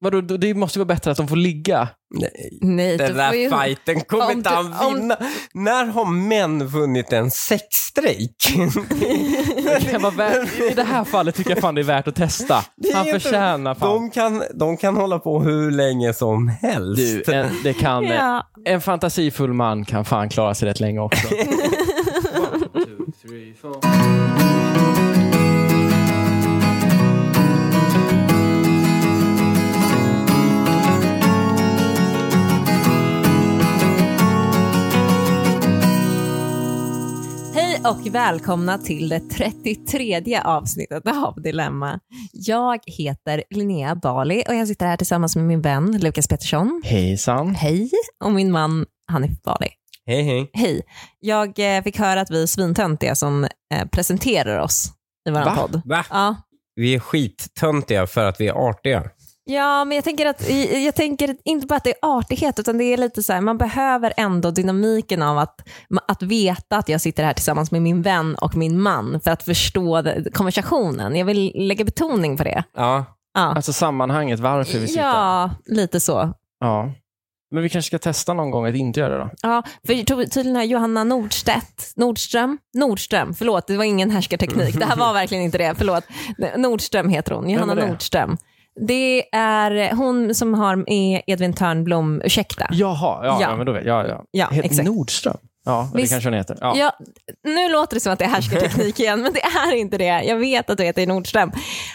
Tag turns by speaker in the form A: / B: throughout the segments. A: Vadå, då- det måste ju vara bättre att de får ligga.
B: Nej,
C: Nej,
B: den
C: då får
B: där
C: ju...
B: fighten kommer
C: om
B: inte
C: du-
B: han
C: om-
B: vinna. När har män vunnit en sexstrejk?
A: Det, kan vara värt, I det här fallet tycker jag fan det är värt att testa.
B: Det är
A: Han
B: inte-
A: förtjänar fan.
B: De kan, de kan hålla på hur länge som helst.
A: Du, en, det kan,
C: Ja.
A: en fantasifull man kan fan klara sig rätt länge också.
C: Hej och välkomna till det 33 avsnittet av Dilemma. Jag heter Linnea Bali och jag sitter här tillsammans med min vän Lukas Pettersson.
A: Hejsan.
C: Hej. Och min man Hanif Bali.
B: Hej hej.
C: Hej. Jag eh, fick höra att vi är svintöntiga som eh, presenterar oss i vår
A: Va?
C: podd.
B: Va?
C: Ja.
B: Vi är skittöntiga för att vi är artiga.
C: ja, men jag tänker, att, jag tänker inte bara att det är artighet, utan det är lite så här, man behöver ändå dynamiken av att, att veta att jag sitter här tillsammans med min vän och min man för att förstå det- konversationen. Jag vill lägga betoning på det.
B: Ja.
C: Ja,
A: Alltså sammanhanget, varför vi sitter.
C: ja lite så.
A: Ja. Men vi kanske ska testa någon gång att inte göra det då.
C: Ja, för to- tydligen har Johanna Nordstedt, Nordström, Nordström, förlåt, det var ingen härskarteknik. Det här var verkligen inte det, förlåt. Nordström heter hon, Johanna
A: var det?
C: Nordström. Det är hon som har med Edvin Törnblom, ursäkta.
A: Jaha, ja,
C: Ja.
A: ja. men då vet jag. Ja,
C: Ja,
A: Heter
C: exakt.
A: Nordström? Ja, det
C: Visst.
A: kanske hon heter. Ja.
C: Ja, nu låter det som att det är härskarteknik igen, men det är inte det. Jag vet att du heter Nordström.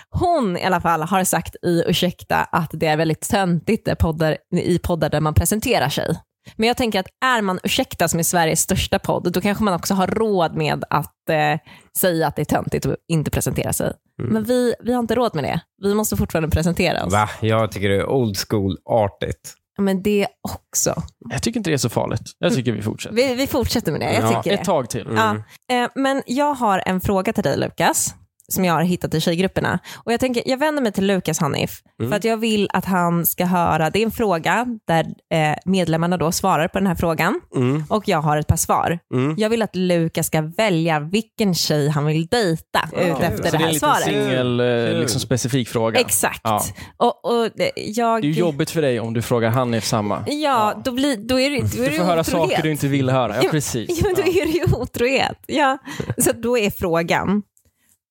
C: Hon i alla fall har sagt i Ursäkta att det är väldigt töntigt där poddar, i poddar där man presenterar sig. Men jag tänker att är man Ursäkta som är Sveriges största podd, då kanske man också har råd med att eh, säga att det är töntigt att inte presentera sig. Men vi, vi har inte råd med det. Vi måste fortfarande presentera oss.
B: Mm. Va? Jag tycker det är old school artigt.
C: Ja, Men det också.
A: Jag tycker inte det är så farligt. Jag tycker vi fortsätter.
C: Vi, vi fortsätter med det. Jag
B: Ja,
C: tycker det.
A: Ett tag till.
C: Ja. Eh, Men jag har en fråga till dig Lukas, som jag har hittat i tjejgrupperna. Och jag, tänker, jag vänder mig till Lukas Hanif, för att jag vill att han ska höra, det är en fråga där eh, medlemmarna då svarar på den här frågan
B: Mm.
C: och jag har ett par svar.
B: Mm.
C: Jag vill att Lukas ska välja vilken tjej han vill dejta ut
B: kul.
C: efter
A: Så
C: det
A: det är
C: här
A: en liten
C: svaret.
A: singel, eh,
B: Kul.
A: liksom specifik fråga.
C: Exakt.
A: Ja.
C: Och, och, eh, jag,
A: Det är ju jobbigt för dig om du frågar Hanif samma.
C: Ja, Då, blir, då är det, då är
A: Du
C: det
A: får höra saker
C: otrohet.
A: du inte vill höra. Ja,
C: Ja,
A: precis.
C: Ja, men då är det ju otrohet. Ja. Så då är frågan,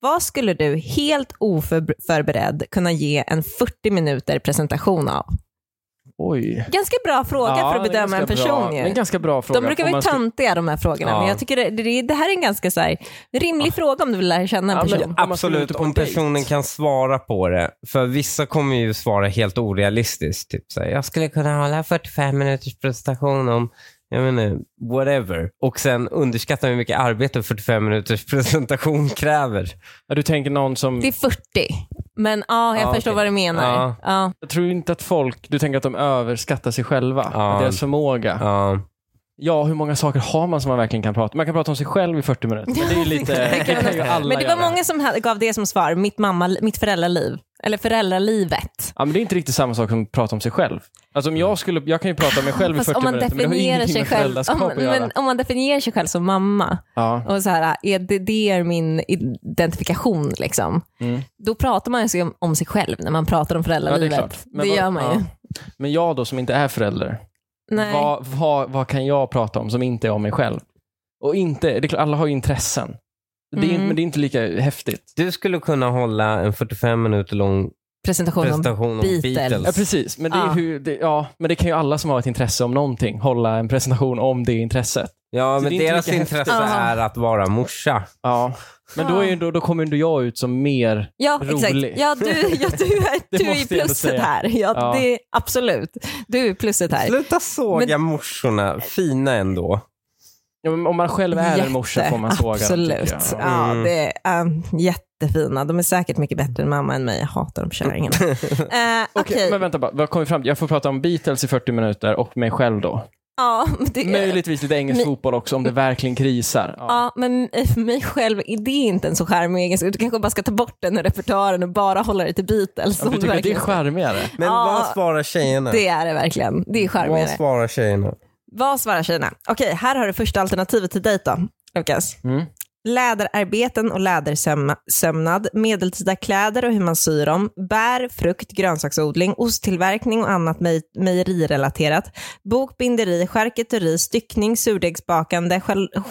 C: vad skulle du helt oförberedd kunna ge en 40 minuter presentation av?
A: Oj.
C: Ganska bra fråga
A: Ja,
C: för att
A: det är
C: bedöma en
A: ganska
C: person.
A: Bra. Det är
C: Ju.
A: en ganska bra fråga.
C: De brukar
A: om
C: vara
A: man ska-
C: töntiga de här frågorna,
B: Ja.
C: men jag tycker det, det, det här är en ganska så här, rimlig fråga om du vill lära känna en
A: Ja, men-
C: person.
A: Om man skulle
B: Absolut,
A: ut på
B: om
A: en dejt.
B: personen kan svara på det. För vissa kommer ju svara helt orealistiskt. Typ så här, jag skulle kunna hålla 45 minuters presentation om, jag menar, whatever. Och sen underskattar hur mycket arbete 45 minuters presentation kräver.
A: Ja, du tänker någon som...
C: Det är 40, men ja, jag
B: Ja,
C: förstår
B: okej.
C: vad du menar.
B: Ja.
C: Ja.
A: Jag tror inte att folk... Du tänker att de överskattar sig själva.
B: Ja.
A: att Deras förmåga. Ja.
B: Ja.
A: hur många saker har man som man verkligen kan prata Man kan prata om sig själv i 40 minuter. Men det är ju lite...
C: Det kan
A: det kan ju
C: man-
A: alla
C: Men det var
A: göra.
C: många som hade- gav det som svar, mitt, mamma, mitt föräldraliv, eller föräldralivet.
A: Ja, men det är inte riktigt samma sak som att prata om sig själv. Alltså, om jag, skulle, jag kan ju prata om mig själv i
C: Fast
A: 40
C: om man
A: minuter, men det har ju
C: definierar
A: ingenting
C: sig
A: med
C: själv,
A: föräldraskap
C: om,
A: att göra.
C: men, om man definierar sig själv som mamma
A: Ja.
C: och så här, är det, det är min identifikation liksom. Då pratar man ju sig om, om sig själv när man pratar om föräldralivet.
A: Mm. Ja, det är klart. Men
C: det
A: vad-
C: gör man ju.
A: ja. Men jag då som inte är förälder,
C: Nej.
A: vad, vad, vad kan jag prata om som inte är om mig själv? Och inte, det är klart, alla har ju intressen. Det är, inte-
C: Mm.
A: Men det är inte lika häftigt.
B: Du skulle kunna hålla en 45 minuter lång
C: Presentation om
B: presentation om
C: Beatles.
B: Beatles.
A: Ja, precis. Men det,
C: Ja.
A: är hur, det, ja, men det kan ju alla som har ett intresse om någonting hålla en presentation om det intresset.
B: Ja,
A: Så
B: men
A: det är inte
B: deras
A: lika
B: intresse
C: häftigt.
B: är att vara morsa.
A: Ja. Men då, är,
C: Ah.
A: ju- då, då kommer ändå jag ut som mer...
C: Ja,
A: Rolig.
C: exakt. Ja, du, ja, du, är,
A: Det
C: du
A: måste
C: är i
A: jag ändå
C: plusset
A: säga.
C: här. Ja,
A: Ja.
C: Det, absolut. Du är i plusset här.
B: Sluta såga morsorna, fina ändå.
A: Ja, men om man själv är en morsa får man såga dem,
C: Absolut. Ah.
A: tycker jag. Ja.
C: ja,
B: Mm.
C: det är um, jättefina. De är säkert mycket bättre än mamma än mig. Jag hatar de kärringarna. uh,
A: Okej, men vänta bara. Vad kom vi fram till? Jag får prata om Beatles i 40 minuter och mig själv då.
C: Ja, men det,
A: Möjligtvis lite engelsk
C: Men-
A: fotboll också om det verkligen krisar. Ja.
C: Eh, Ja, men för mig själv är det inte en så charmig egenskap. Du kanske bara ska ta bort den ur repertoaren och bara hålla dig till Beatles.
A: Om
C: om
A: du tycker att det är
C: verkligen-
A: charmigare?
B: Men
C: Ja,
B: vad svarar tjejerna?
C: det är det verkligen. Det är
B: Vad
C: charmigare.
B: svarar tjejerna?
C: Vad svarar tjejerna? Okej, här har du första alternativet till dejt då, Lukas.
A: Mm.
C: läderarbeten och lädersömnad, medeltida kläder och hur man syr dem, bär, frukt, grönsaksodling, osttillverkning och annat mej- mejerirelaterat, bok, binderi, charkuteri, styckning, surdegsbakande, chal-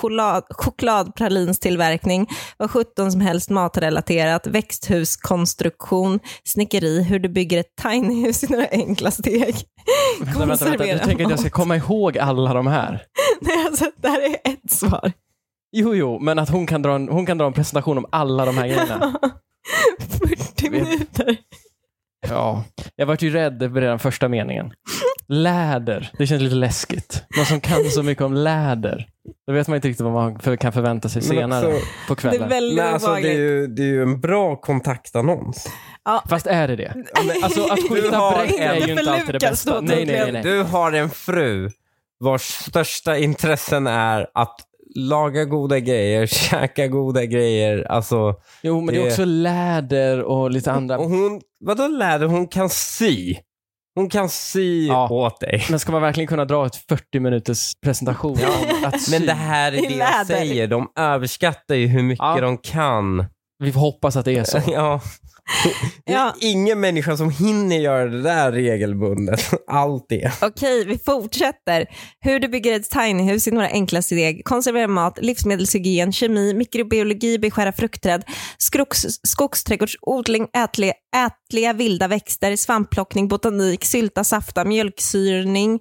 C: choklad, chokladpralinstillverkning, vad sjutton som helst matrelaterat, växthuskonstruktion, snickeri, hur du bygger ett tinyhus i några enkla steg.
A: Nej, Alltså, vänta, vänta, du
C: Konservera
A: tänker att jag
C: mat.
A: ska komma ihåg alla de här?
C: Nej, alltså, det här är ett svar.
A: Jo, jo, men att hon kan dra en, hon kan dra en presentation om alla de här grejerna.
C: 40 minuter.
A: Ja. Jag vart ju rädd över redan första meningen. Läder, det känns lite läskigt. Någon som kan så mycket om läder. Då vet man inte riktigt vad man för- kan förvänta sig
B: Men
A: senare
B: också-
A: på
C: Det
A: kvällen.
C: är väldigt
B: Nej, alltså, det, är
C: obehagligt.
B: ju, det är ju en bra kontaktannons.
A: Fast är det det? Alltså att skjuta
B: har
A: brett
B: en-
A: är ju
C: Inte
A: inte
C: för
A: alltid det
C: Lukas
A: bästa.
C: då,
A: Nej, nej, nej. nej.
B: Du har en fru vars största intressen är att laga goda grejer, käka goda grejer. Alltså,
A: Jo, men det är
B: Det-
A: också läder och lite andra.
B: och hon, vadå läder? Hon kan sy. Hon kan sy
A: Ja.
B: åt dig.
A: Men ska man verkligen kunna dra ett 40 minuters presentation om att sy?
B: Men det här är
C: I
B: det
C: läder.
B: jag säger. De överskattar ju hur mycket
A: Ja.
B: de kan.
A: Vi får hoppas att det är så.
B: Ja. Det är
C: Ja.
B: ingen människa som hinner göra det där regelbundet. Allt det.
C: Okej, vi fortsätter. Hur du bygger ett tinyhus i några enkla steg, konservera mat, livsmedelshygien, kemi, mikrobiologi, beskära fruktträd, skrogs, skogsträdgårdsodling, ätliga, ätliga vilda växter, svampplockning, botanik, sylta, safta, mjölksyrning,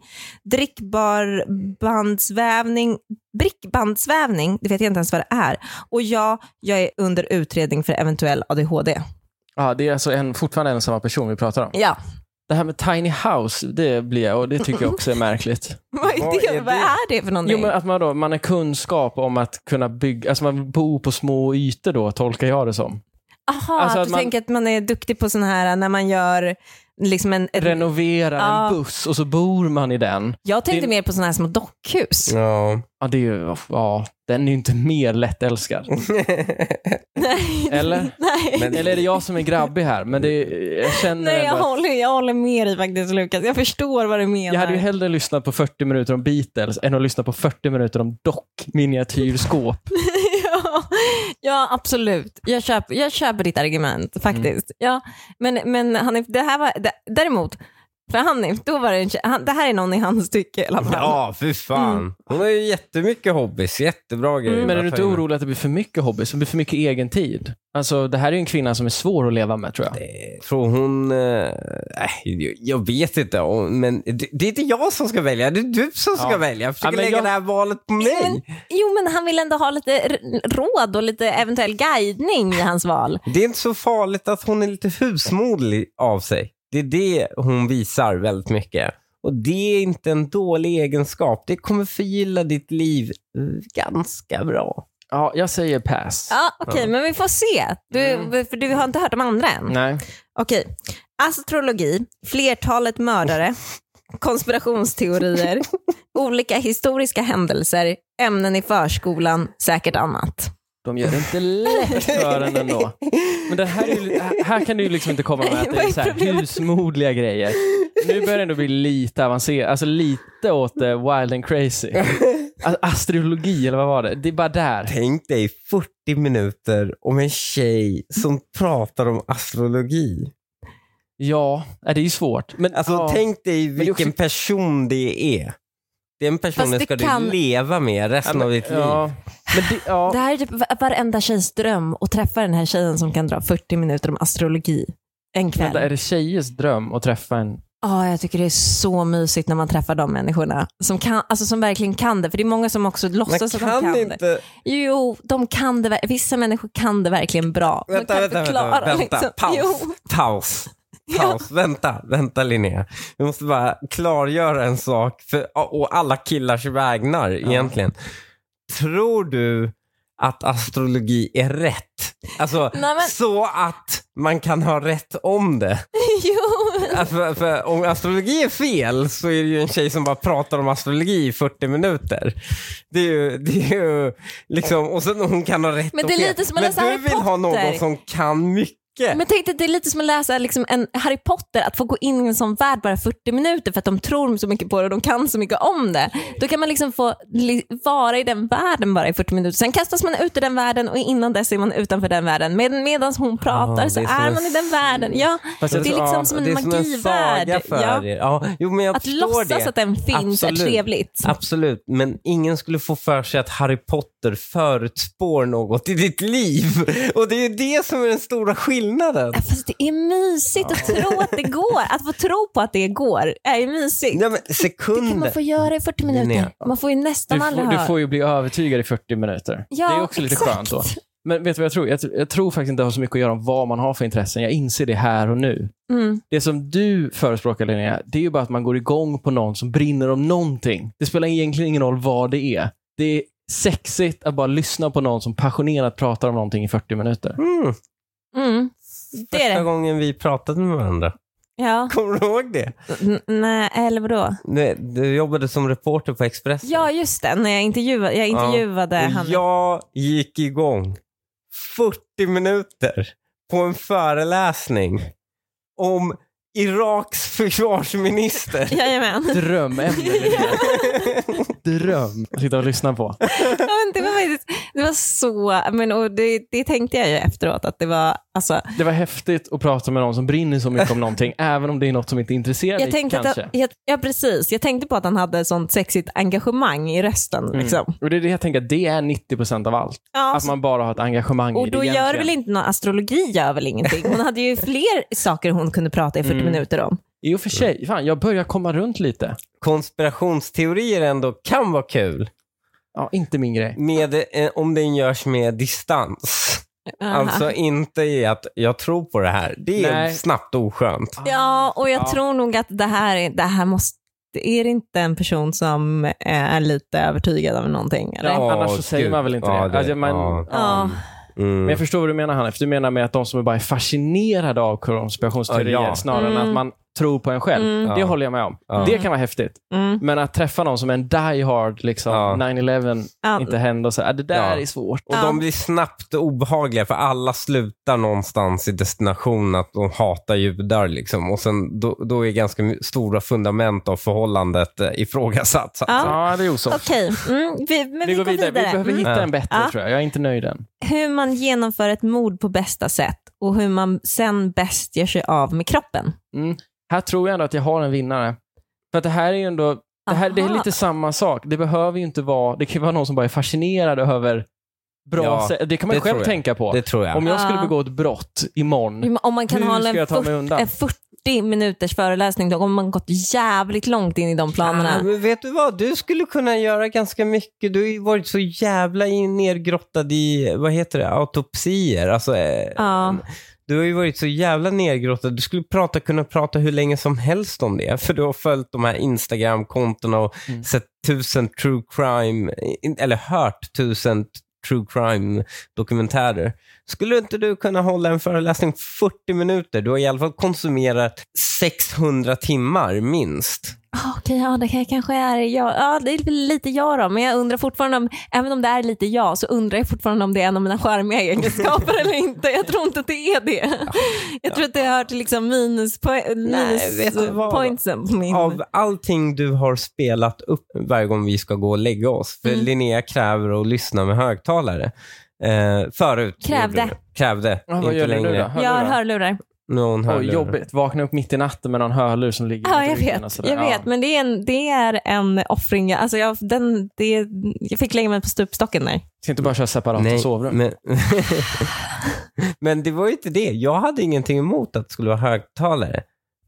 C: drickbarbandsvävning, brickbandsvävning, det vet jag inte ens vad det är, och ja, jag är under utredning för eventuell ADHD.
A: Ja, det är alltså en, fortfarande en och samma person vi pratar om.
C: Ja,
A: Det här med tiny house, det blir jag och det tycker jag också är märkligt.
C: vad är
B: Vad
C: det?
B: är
C: Vad
B: det?
C: är det för någonting?
A: Jo, men att man, då, man har kunskap om att kunna bygga, alltså man bor på små ytor då, tolkar jag det som.
C: Aha,
A: Alltså
C: att
A: att
C: du
A: man-
C: tänker att man är duktig på sån här när man gör liksom en... en
A: Renoverar
C: Ja.
A: en buss och så bor man i den.
C: jag tänkte
A: det-
C: mer på såna här små dockhus.
B: Ja.
A: Ja, det är ju, ja, den är ju inte mer lättälskad.
C: Nej.
A: Eller?
C: Nej.
B: Men-
A: Eller är det jag som är grabbig här? Men det, jag känner
C: Nej, jag
A: ändå att-
C: håller, jag håller med dig faktiskt Lukas. Jag förstår vad du menar.
A: Jag hade ju hellre lyssnat på 40 minuter om Beatles än att lyssna på 40 minuter om dockminiatyrskåp.
C: ja, ja, absolut. Jag köper, jag köper ditt argument faktiskt. Ja, men, men Hanif, det här var... d- Däremot, för Hanif, då var det, en tje- han, det här är någon i hans tycke i alla fall.
B: Ja, fy fan. Hon har ju jättemycket hobbys, jättebra grejer.
A: Mm. Men är du inte
B: Varför-
A: orolig att det blir för mycket hobby, som blir för mycket egen tid? Alltså, det här är ju en kvinna som är svår att leva med tror jag.
B: Eh, Tror hon... eh, Nej, jag vet inte. om- Men det, det är inte jag som ska välja. Det är du som ska
A: Ja.
B: välja. Jag
A: Ja,
B: försöker
A: men
B: lägga
A: jag-
B: det här valet på mig.
C: Jo, men han vill ändå ha lite r- råd och lite eventuell guidning i hans val.
B: Det är inte så farligt att hon är lite husmoderlig av sig. Det är det hon visar väldigt mycket. Och det är inte en dålig egenskap. Det kommer förgylla ditt liv eh, ganska bra.
A: Ja, jag säger pass.
C: Ja, okej, men vi får se. Du, För du har inte hört de andra än.
A: Nej.
C: Okej. Astrologi, flertalet mördare, konspirationsteorier, olika historiska händelser, ämnen i förskolan, säkert annat.
A: De gör det inte lätt för en ändå. Men det här, är ju, här kan du ju liksom inte komma med att det
C: Vad
A: är
C: är
A: så här
C: problemet?
A: husmodliga grejer. Nu börjar det ändå bli lite avancerat, alltså lite åt eh, wild and crazy. Alltså, astrologi, eller vad var det? Det är bara där.
B: Tänk dig 40 minuter om en tjej som pratar om astrologi.
A: Ja, nej, det är ju svårt. Men,
B: Alltså
A: ja.
B: tänk dig
A: det är
B: vilken
A: också-
B: person det är. Den personen
C: det
B: ska
C: kan-
B: du leva med
A: Ja,
B: resten
A: men-
B: av ditt liv.
A: Ja. Men det, ja.
C: Det här är typ va- varenda tjejs dröm att träffa den här tjejen som kan dra 40 minuter om astrologi en
A: Vänta, är
C: kväll.
A: det tjejers dröm att träffa en...
C: Ja, jag tycker det är så mysigt när man träffar de människorna som, kan, alltså som verkligen kan det. För det är många som också
B: Man
C: låtsas att de
B: kan,
C: kan det.
B: inte...
C: Jo, de kan det. ver- Vissa människor kan det verkligen bra. De
B: Vänta,
C: kan
B: vänta,
C: förklara,
B: vänta, vänta.
C: liksom.
B: Paus.
C: Jo.
B: Paus. Paus. Vänta, vänta Linnea. Vi måste bara klargöra en sak för, och alla killars vägnar egentligen. Tror du att astrologi är rätt? Alltså,
C: Nej, men-
B: så att man kan ha rätt om det.
C: jo.
B: Alltså, för, för, om astrologi är fel så är det ju en tjej som bara pratar om astrologi i 40 minuter. Det är ju, det är ju liksom, och sen hon kan ha rätt
C: Men
B: och
C: det är
B: fel.
C: lite som att
B: Men
C: läsa
B: du
C: Harry
B: vill ha någon
C: Potter.
B: som kan mycket
C: Men tänk dig, det är lite som att läsa liksom en Harry Potter, att få gå in i en sån värld bara 40 minuter för att de tror så mycket på det och de kan så mycket om det. Då kan man liksom få li- vara i den världen bara i 40 minuter. Sen kastas man ut ur den världen och innan dess är man utanför den världen. Med, Medan hon pratar
B: det är
C: så
B: som
C: är
B: en
C: man i den världen. Ja,
A: Fast
C: det är
A: jag-
B: Ja,
C: liksom som en
B: det är
C: magivärld.
B: saga för
C: ja.
B: er. Ja, jo, men jag
C: Att
B: förstår
C: låtsas
B: det.
C: att den finns är
B: Absolut.
C: trevligt.
B: Absolut, men ingen skulle få för sig att Harry Potter förutspår något i ditt liv. Och det är ju det som är den stora skillnaden.
C: Ja, Äh, Fast det är mysigt att tro att det går. Att få tro på att det går är ju mysigt.
B: Ja, men
C: Det kan man
B: sekunder.
C: få göra i 40
B: Linnea.
C: minuter. Man får ju
A: Du,
C: nästan aldrig
A: får- du
C: höra.
A: får ju bli övertygad i 40 minuter.
C: Ja,
A: det är också lite
C: exakt.
A: skönt då. Men vet du vad jag tror? Jag, jag tror faktiskt inte det har så mycket att göra om vad man har för intressen. Jag inser det här och nu.
C: Mm.
A: Det som du förespråkar Linnea, det är ju bara att man går igång på någon som brinner om någonting. Det spelar egentligen ingen roll vad det är. Det är sexigt att bara lyssna på någon som passionerat pratar om någonting i 40 minuter.
B: Mm,
C: Mm. Det är
B: första
C: det.
B: gången vi pratade med varandra.
C: Ja.
B: Kommer du ihåg det?
C: N- Nej, eller vadå?
B: Nej, Du jobbade som reporter på Expressen.
C: Ja, just det. När jag intervjuade, jag intervjuade
B: Och
C: han.
B: jag gick igång 40 minuter på en föreläsning om Iraks försvarsminister.
C: Jajamän.
A: Drömämne Linnea. Dröm att sitta och lyssna på.
C: Ja, men det, var faktiskt, det var så, men, och det, det tänkte jag ju efteråt att det var, alltså,
A: Det var häftigt att prata med någon som brinner så mycket om någonting, även om det är något som inte intresserar
C: jag
A: dig
C: tänkte att,
A: kanske.
C: jag, ja precis, jag tänkte på att han hade sånt sexigt engagemang i rösten. Liksom.
A: Och det är det jag tänker, Mm. att det är 90% av allt.
C: Ja,
A: Att man bara har ett engagemang i
C: Alltså, och
A: det
C: då gör
A: egentligen.
C: väl inte någon astrologi gör väl ingenting. Hon hade ju fler saker hon kunde prata i 40
A: Mm.
C: minuter om.
A: I och för sig, fan, jag börjar komma runt lite.
B: Konspirationsteorier ändå kan vara kul.
A: Ja, inte min grej.
B: Med, eh, om den görs med distans. Alltså inte i att jag tror på det här. Det är
A: Nej.
B: snabbt oskönt.
C: Ja, och jag
A: Ja.
C: tror nog att det här, är- det här måste... Är det inte en person som eh, är lite övertygad av någonting? Eller?
A: Ja,
B: Ja,
A: annars så
B: gud.
A: säger man väl inte
B: Ja,
A: det.
B: det-
A: Alltså, man,
B: ja.
C: Ja.
B: Mm.
A: Men jag förstår vad du menar Hanif. Du menar med att de som är bara är fascinerade av konspirationsteorier
B: Ja, ja.
A: snarare än
C: Mm.
A: att man tror på en själv.
C: Mm.
A: Det
B: Ja.
A: håller jag med om.
B: Ja.
A: Det kan vara häftigt.
C: Mm.
A: Men att träffa någon som är en die-hard, liksom,
B: Ja.
A: 9-11
C: Ja.
A: inte hände och så, här, "Ah, det där
B: Ja.
A: är svårt.
B: Och de blir snabbt obehagliga för alla slutar någonstans i destinationen att de hatar judar. Liksom. Och sen, då, då är ganska my- stora fundament av förhållandet eh, ifrågasatt. Så att
C: Ja.
B: säga.
A: Ja, det är osoft.
C: Okej, mm, vi, men vi,
A: Vi går vidare. Vi behöver
C: Mm.
A: hitta
B: Ja.
A: en bättre
C: Ja.
A: tror jag. Jag är inte nöjd än.
C: Hur man genomför ett mord på bästa sätt och hur man sen bäst gör sig av med kroppen.
A: Mm. Här tror jag ändå att jag har en vinnare. För att det här är ju ändå, det, här, det är
C: Aha.
A: lite samma sak. Det behöver ju inte vara, det kan ju vara någon som bara är fascinerad över bra
B: Ja,
A: sätt. Det kan man
B: det
A: själv
B: tror jag.
A: tänka på.
B: Det tror jag.
A: Om jag skulle
C: Ja.
A: begå ett brott imorgon,
C: Om man kan
A: Mm. hur
C: hålla
A: ska
C: en
A: jag ta mig
C: 40,
A: undan?
C: en 40 minuters föreläsning, då kommer man gått jävligt långt in i de
B: Ah,
C: planerna.
B: men vet du vad? Du skulle kunna göra ganska mycket. Du har ju varit så jävla in- nergrottad i, vad heter det, autopsier. Alltså, eh,
C: Ja.
B: Du har ju varit så jävla nergrottad. Du skulle prata, kunna prata hur länge som helst om det. För du har följt de här Instagram-kontona och
A: Mm.
B: sett tusen true crime, in- eller hört tusen t- true crime-dokumentärer. Skulle inte du kunna hålla en föreläsning 40 minuter? Du har i alla fall konsumerat 600 timmar minst.
C: Ah, Okej, ja, det kan- kanske är jag. Ja, det är väl lite jag då, men jag undrar fortfarande om, även om det är lite jag, så undrar jag fortfarande om det är en av mina charmiga egenskaper eller inte. Jag tror inte att det är det. Jag tror att det hör till liksom minus, po- minus
B: vet du vad?
C: pointsen på min.
B: Av allting du har spelat upp varje gång vi ska gå och lägga oss, för
C: Mm.
B: Linnea kräver att lyssna med högtalare. Eh, förut.
C: Krävde.
B: gjorde du. Krävde.
A: Ja, vad
B: inte
A: gör du
B: längre.
A: nu då?
C: Jag har hörlurar.
B: Nu har hon
A: Oj,
B: hörlurar.
A: jobbigt. Vakna upp mitt i natten med någon hörlur som ligger
C: Ja,
A: mot
C: jag
A: ryggen och
C: vet.
A: sådär.
C: Jag
A: Ja.
C: vet, men det är en, det är en offring. Jag- Alltså jag, den, det, jag fick lägga mig på stupstocken där.
A: Ska inte bara köra separat och sovrum?
B: men, men det var ju inte det. Jag hade ingenting emot att det skulle vara högtalare.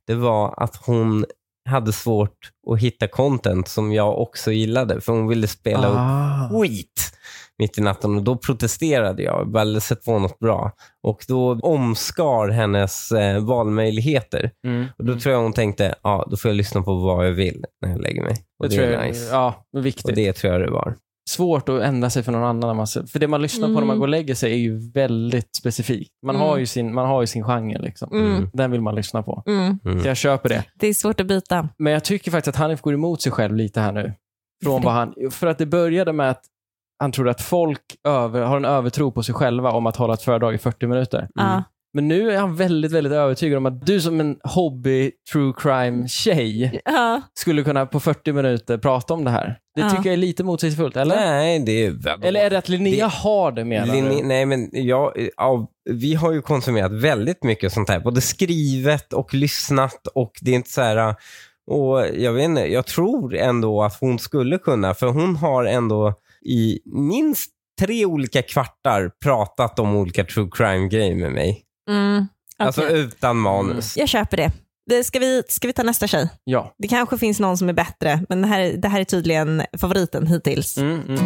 B: Det var att hon hade svårt att hitta content som jag också gillade, för hon ville spela upp
A: Ah.
B: skit mitt i natten och då protesterade jag. Väl sett på något bra. Och då omskar hennes eh, valmöjligheter.
A: Mm.
B: Och då tror jag hon tänkte, ja, då får jag lyssna på vad jag vill när jag lägger mig.
A: Det
B: Och det,
A: tror
B: är
A: jag
B: nice.
A: ja, men
B: Och
A: viktigt.
B: det tror jag det var.
A: Svårt att ändra sig för någon annan. När man, ser- för det man lyssnar på när man
C: Mm.
A: går och lägger sig är ju väldigt specifikt. Man,
C: Mm.
A: har, ju sin, man har ju sin genre. Liksom.
C: Mm.
A: Den vill man lyssna på.
C: Mm.
A: Så jag köper det.
C: Det är svårt att byta.
A: Men jag tycker faktiskt att Hanif går emot sig själv lite här nu. Från vad han, för att det började med att han trodde att folk över, har en övertro på sig själva om att hålla ett föredrag i 40 minuter.
C: Ja.
A: Men nu är han väldigt, väldigt övertygad om att du som en hobby true crime-tjej
C: Ja.
A: skulle kunna på 40 minuter prata om det här. Det
C: Ja.
A: tycker jag är lite motsägelsefullt, eller?
B: Nej, det är väl...
A: Eller är det att Linnea har det menar
B: Linne-
A: du?
B: nej, men jag, av, vi har ju konsumerat väldigt mycket sånt här. Både skrivet och lyssnat och det är inte så här... Och jag vet inte, jag tror ändå att hon skulle kunna, för hon har ändå i minst tre olika kvartar pratat om olika true crime-grejer med mig.
C: Mm, okej.
B: Alltså utan manus.
C: jag köper det. det. Ska vi, ska vi ta nästa tjej?
A: Ja.
C: Det kanske finns någon som är bättre, men det här, det här är tydligen favoriten hittills.
A: Mm, mm.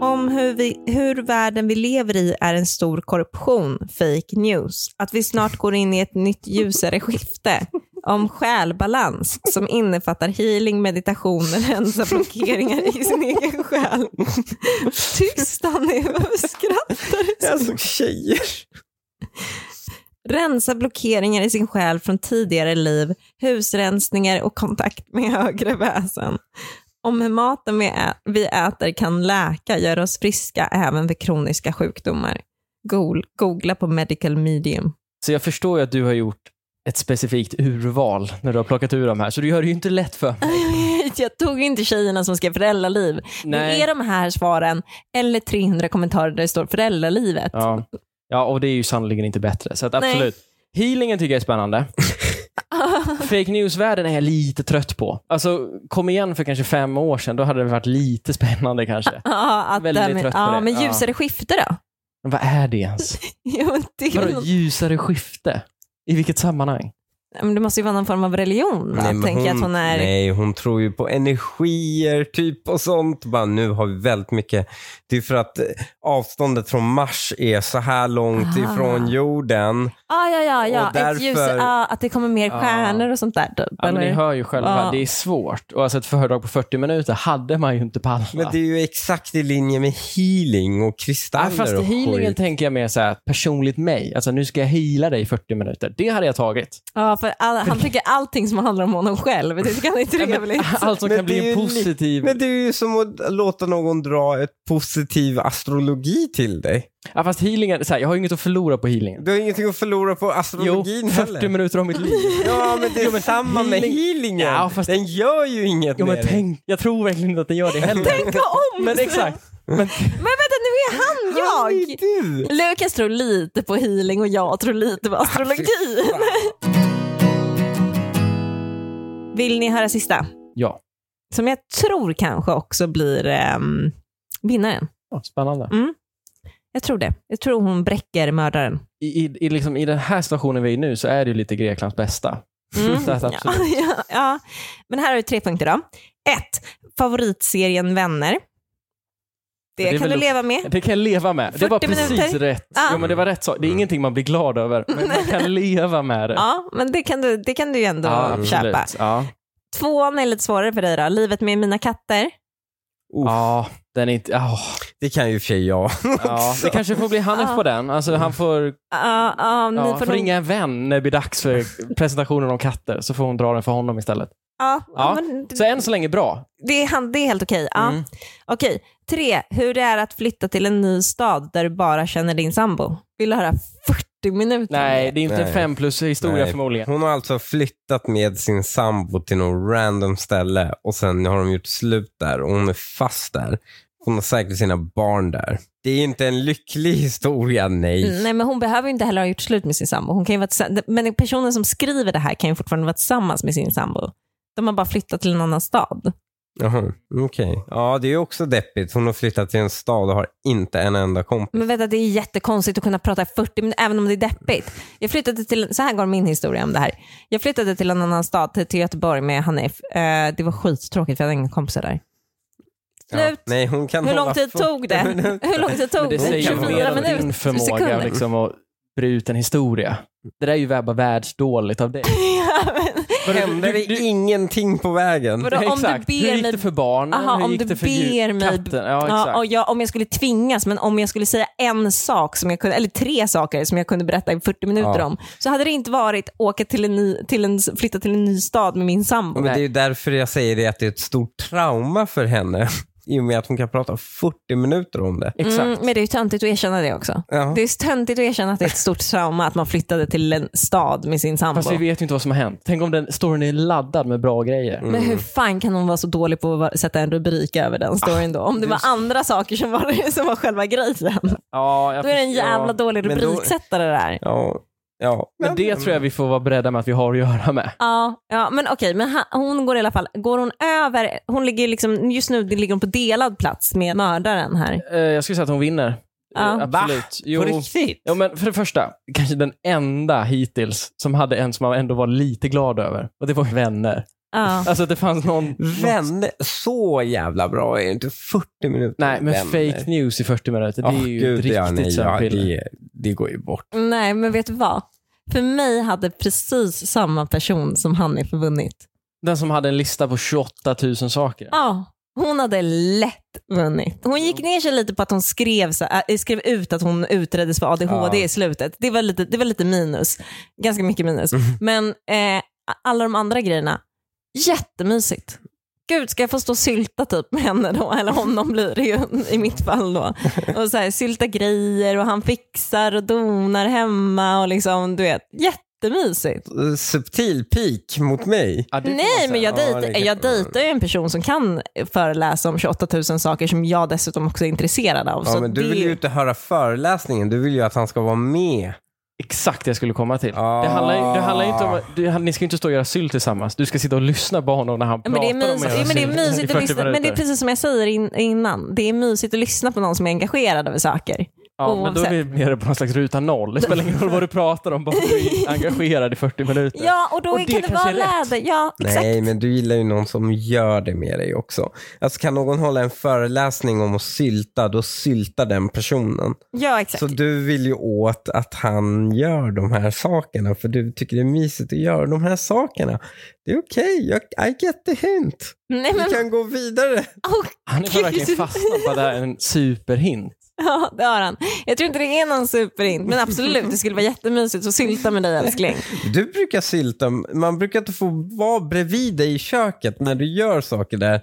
C: Om hur, vi, hur världen vi lever i är en stor korruption, fake news. Att vi snart går in i ett nytt ljusare skifte. Om själbalans som innefattar healing, meditation, rensa blockeringar i sin egen själ. Tyst Annie, varför skrattar du? så?
A: Mm.
B: såg tjejer.
C: Rensa blockeringar i sin själ från tidigare liv, husrensningar och kontakt med högre väsen. Om hur maten vi ä- vi äter kan läka, göra oss friska även vid kroniska sjukdomar. Gool- Googla på medical medium.
A: Så jag förstår ju att du har gjort ett specifikt urval när du har plockat ur de här, så du gör det ju inte lätt för mig.
C: Jag tog inte tjejerna som skrev föräldraliv. Det är de här svaren, eller 300 kommentarer där det står föräldralivet.
A: Ja. ja, och det är ju sannerligen inte bättre. Så att absolut. Healingen tycker jag är spännande. Fake news-världen är jag lite trött på. Alltså, kom igen för kanske fem år sedan, då hade det varit lite spännande kanske.
C: Ja, att,
A: Väldigt
C: den-
A: trött på
C: ja
A: det.
C: men
A: Ja.
C: ljusare skifte då?
A: Men vad är det ens?
C: Ja, men det är
A: Vadå
C: något-
A: ljusare skifte? I vilket sammanhang?
C: Men det måste ju vara någon form av religion.
B: Nej,
C: va?
B: men
C: Tänker jag att hon är...
B: nej, hon tror ju på energier typ och sånt. Bara, nu har vi väldigt mycket. Det är för att eh, avståndet från Mars är så här långt
A: Ah.
C: Aha.
B: ifrån jorden.
C: Ah, ja, ja, ja.
B: Och
C: Ett
B: därför-
C: ljus, ah, att det kommer mer
A: Ja.
C: stjärnor och sånt där. Typ,
A: Ja, men ni
C: eller?
A: hör ju själva,
C: Ja.
A: det är svårt. Och alltså ett föredrag på 40 minuter hade man ju inte pallat.
B: Men det är ju exakt i linje med healing och
A: Ja,
B: kristaller
A: Ah, fast
B: och
A: healingen
B: skit.
A: tänker jag mer så här, personligt mig. Alltså nu ska jag heala dig i 40 minuter. Det hade jag tagit.
C: ja, för all, han tycker allting som handlar om honom själv, det tycker han är trevligt.
A: Allt som
B: Men
A: Alltså, kan
B: det är
A: bli en
B: ju li-
A: positiv...
B: Men det är ju som att låta någon dra ett positiv astrologi till dig.
A: Ja, fast healingen, så här, jag har ju inget att förlora på healingen.
B: Du har ingenting att förlora på
A: Jo,
B: astrologin
A: 40
B: heller.
A: minuter av mitt liv.
B: Ja, men det är
A: Jo, men
B: samma med
A: healing-
B: healingen.
A: Ja, fast-
B: Den gör ju inget
A: Jo,
B: med
A: men
B: dig.
A: tänk, jag tror verkligen inte att den gör det heller.
C: Tänk om!
A: Men exakt. Men,
C: Men vänta, nu är han
B: Han är
C: jag!
B: du.
C: Lukas tror lite på healing och jag tror lite
A: Ah,
C: på astrologi. Vill ni höra sista?
A: ja,
C: Som jag tror kanske också blir ehm, vinnaren. Mm.
A: Ja, spännande.
C: Jag tror det. Jag tror hon bräcker mördaren.
A: I, i, i, liksom, I den här situationen vi är i nu så är det ju lite Greklands bästa.
B: Mm,
A: Så att
C: Mm. Ja,
A: absolut.
C: ja, ja. Men här har vi tre punkter då. Ett, Favoritserien Vänner. Det,
A: Det är
C: kan
A: väl
C: du
A: upp-
C: leva med.
A: Det kan jag leva med. Det var
C: 40
A: precis
C: minuter.
A: rätt.
C: Ah.
A: Jo, men det var rätt sak. Det är ingenting man blir glad över, men man kan leva med det.
C: Ja, men det kan du, det kan du ju ändå
A: absolut.
C: köpa.
A: Ja.
C: Tvåan är lite svårare för dig då. Livet med mina katter.
B: Uff.
A: Ja, den är inte... ja.
B: Det kan ju i och för sig jag.
A: ja. Det kanske får bli Hannes
C: Ja.
A: på den. Alltså, han får,
C: Ja, ja, ni
A: ja,
C: får
A: får
C: nog-
A: ringa en vän när det blir dags för presentationen om katter, så får hon dra den för honom istället.
C: ja, ja,
A: Ja.
C: men
A: Så än så länge bra.
C: det, är, han- det är helt okej. Ja.
A: Mm.
C: Okej, tre. Hur det är att flytta till en ny stad där du bara känner din sambo. Vill du höra 40 minuter?
A: Nej, det är inte en
B: Nej.
A: fem plus historia
B: Nej.
A: förmodligen.
B: Hon har alltså flyttat med sin sambo till någon random ställe och sen har de gjort slut där och hon är fast där. Hon har säkert sina barn där. Det är inte en lycklig historia, nej.
C: Nej, men hon behöver ju inte heller ha gjort slut med sin sambo. Hon kan ju vara tillsamm- men personen som skriver det här kan ju fortfarande vara tillsammans med sin sambo. De har bara flyttat till en annan stad.
B: Jaha, okej. Ja, det är också deppigt. Hon har flyttat till en stad och har inte en enda kompis.
C: Men vänta, det är jättekonstigt att kunna prata i 40 minuter, även om det är deppigt. Jag flyttade till, så här går min historia om det här. Jag flyttade till en annan stad, till, till Göteborg med Hanif. Eh, det var skittråkigt för jag hade inga kompisar där.
B: Ja.
C: Slut.
B: Nej, hon kan
C: Hur
B: hålla
C: lång tid
B: på-
C: tog det? Hur lång tid
A: Men
C: tog
A: det
C: det?
A: säger ju
C: 24
A: mer om
C: minuter?
A: din förmåga
C: sekunder.
A: liksom, att bre ut en historia. Det där är ju bara världsdåligt av dig.
C: Ja, men-
B: Hände det ingenting på vägen?
C: Vadå? om du
A: Exakt.
C: ber
A: Hur gick
C: mig-
A: det för barnen?
C: Aha,
A: Hur
C: om
A: gick
C: du
A: det för
C: ber
A: djur-
C: mig-
A: katten? Ja, exakt.
C: Ja, och jag, om jag skulle tvingas, men om jag skulle säga en sak, som jag kunde, eller tre saker som jag kunde berätta i 40 minuter
B: Ja.
C: om, så hade det inte varit åka till en ny, till en,
A: Mm,
C: flytta till en ny stad med min sambo.
B: Men det är ju därför jag säger det att det är ett stort trauma för henne. i och med att hon kan prata 40 minuter om det.
A: Exakt.
C: Mm, men det är ju töntigt att erkänna det också.
B: Ja.
C: Det är så töntigt att erkänna att det är ett stort trauma att man flyttade till en stad med sin sambo.
A: Fast vi vet ju inte vad som har hänt. Tänk om den storyn är laddad med bra grejer.
B: Mm.
C: Men hur fan kan hon vara så dålig på att va- sätta en rubrik över
A: Ah,
C: den storyn då? Om det var andra saker som var, som var själva grejen.
A: Ja, jag
C: Då är det en
A: förstår.
C: jävla dålig
B: men då-
C: rubriksättare där.
B: Ja. ja.
A: Men det tror jag vi får vara beredda med att vi har att göra med.
C: Ja, ja men okej, men ha- hon går i alla fall, går hon över, hon ligger liksom, just nu ligger hon på delad plats med mördaren här.
A: Eh, Jag skulle säga att hon vinner.
C: Ja.
A: Eh, Absolut. Jo.
B: På riktigt?
A: Ja, men för det första, kanske den enda hittills som hade en som man ändå var lite glad över. Och det var vänner.
C: Ja.
A: Alltså att det fanns någon...
B: Vänner, så jävla bra är det inte. 40 minuter.
A: Nej, men
B: Vänner.
A: fake news i 40 minuter, det
B: Åh,
A: är ju
B: gud,
A: ett
B: ja, nej,
A: riktigt
B: ja,
A: sömnpiller.
B: det, det går ju bort.
C: Nej, men vet du vad? För mig hade precis samma person som Hanif vunnit.
A: Den som hade en lista på 28 000 saker.
C: Ja, hon hade lätt vunnit. Hon gick ner sig lite på att hon skrev, så, äh, skrev ut att hon utreddes för ADHD
B: Ja.
C: i slutet. Det var, lite, det var lite minus. Ganska mycket minus. Men eh, alla de andra grejerna, jättemysigt. Gud, ska jag få stå och sylta typ med henne då? Eller honom blir det ju i mitt fall då. Och så här, sylta grejer och han fixar och donar hemma och liksom, du vet, jättemysigt.
B: Subtil pik mot mig.
A: Ja, det får man
C: Nej,
A: säga.
C: men jag,
B: Ja,
C: dejt,
B: det kan-
C: jag dejtar ju en person som kan föreläsa om 28 000 saker som jag dessutom också är intresserad av.
B: Ja,
C: så
B: men du
C: det-
B: vill ju inte höra föreläsningen, du vill ju att han ska vara med.
A: Exakt det jag skulle komma till.
B: Ah.
A: Det handlar, ju- det handlar ju inte om, du, ni ska ju inte stå och göra sylt tillsammans. Du ska sitta och lyssna på honom när han pratar
C: Ja, men det
A: om
C: är
A: att
C: mysigt,
A: göra
C: ja, men det är
A: sylt i
C: mysigt att
A: 40
C: lyssna. Men det är
A: minuter.
C: precis som jag säger in, innan. Det är mysigt att lyssna på någon som är engagerad över saker.
A: Ja, men då är vi nere på någon slags ruta noll. Det spelar ingen roll vad du pratar om, bara du är engagerad i 40 minuter.
C: Ja, och då
A: Och
C: är-
A: det
C: kan det
A: kanske
C: vara
A: är rätt.
C: läder. Ja, exakt.
B: Nej, men du gillar ju någon som gör det med dig också. Alltså kan någon hålla en föreläsning om att sylta, då syltar den personen.
C: Ja, exakt.
B: Så du vill ju åt att han gör de här sakerna, för du tycker det är mysigt att göra de här sakerna. Det är okej, jag I get the hint.
C: Nej, men,
B: Vi kan gå vidare.
C: Åh,
A: Han är verkligen
C: gud.
A: fastnad på att det här är en superhint.
C: Ja, det har han. Jag tror inte det är någon superint, men absolut, det skulle vara jättemysigt att sylta med dig älskling.
B: Du brukar sylta, man brukar inte få vara bredvid dig i köket när du gör saker där.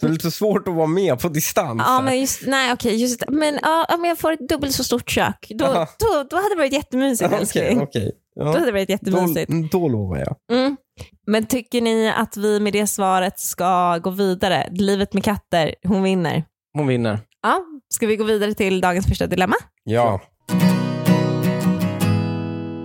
B: Så det är lite svårt att vara med på distans.
C: Ja, men just, nej okej, just men, ja, ja, men jag får ett dubbelt så stort kök. Då,
B: Aha.
C: då, då hade det varit jättemysigt älskling.
B: Okej, okej.
C: Då hade
B: Ja.
C: det varit
B: Då,
C: jättemysigt.
B: då lovar jag.
C: Mm. Men tycker ni att vi med det svaret ska gå vidare? Livet med katter, hon vinner.
A: Hon vinner.
C: Ja, ska vi gå vidare till dagens första dilemma?
B: Ja.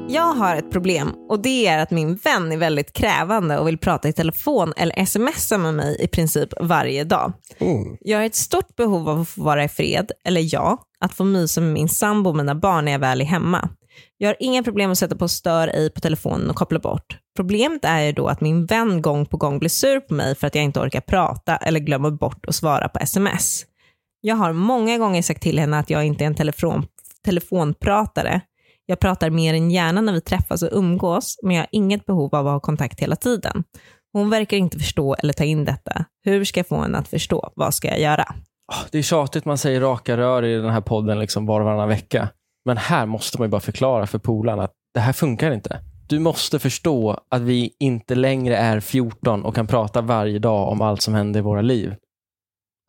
C: Jag har ett problem och det är att min vän är väldigt krävande och vill prata i telefon eller smsa med mig i princip varje dag.
B: Mm.
C: Jag har ett stort behov av att få vara i fred, eller jag, att få mysa med min sambo och mina barn när jag väl är hemma. Jag har inga problem att sätta på stör ej på telefonen och koppla bort. Problemet är ju då att min vän gång på gång blir sur på mig för att jag inte orkar prata eller glömmer bort att svara på sms. Jag har många gånger sagt till henne att jag inte är en telefon, telefonpratare. Jag pratar mer än gärna när vi träffas och umgås, men jag har inget behov av att ha kontakt hela tiden. Hon verkar inte förstå eller ta in detta. Hur ska jag få henne att förstå? Vad ska jag göra?
A: Ah, Det är tjatigt man säger raka rör i den här podden liksom var och varannan vecka. Men här måste man ju bara förklara för polarna att det här funkar inte. Du måste förstå att vi inte längre är 14 och kan prata varje dag om allt som händer i våra liv.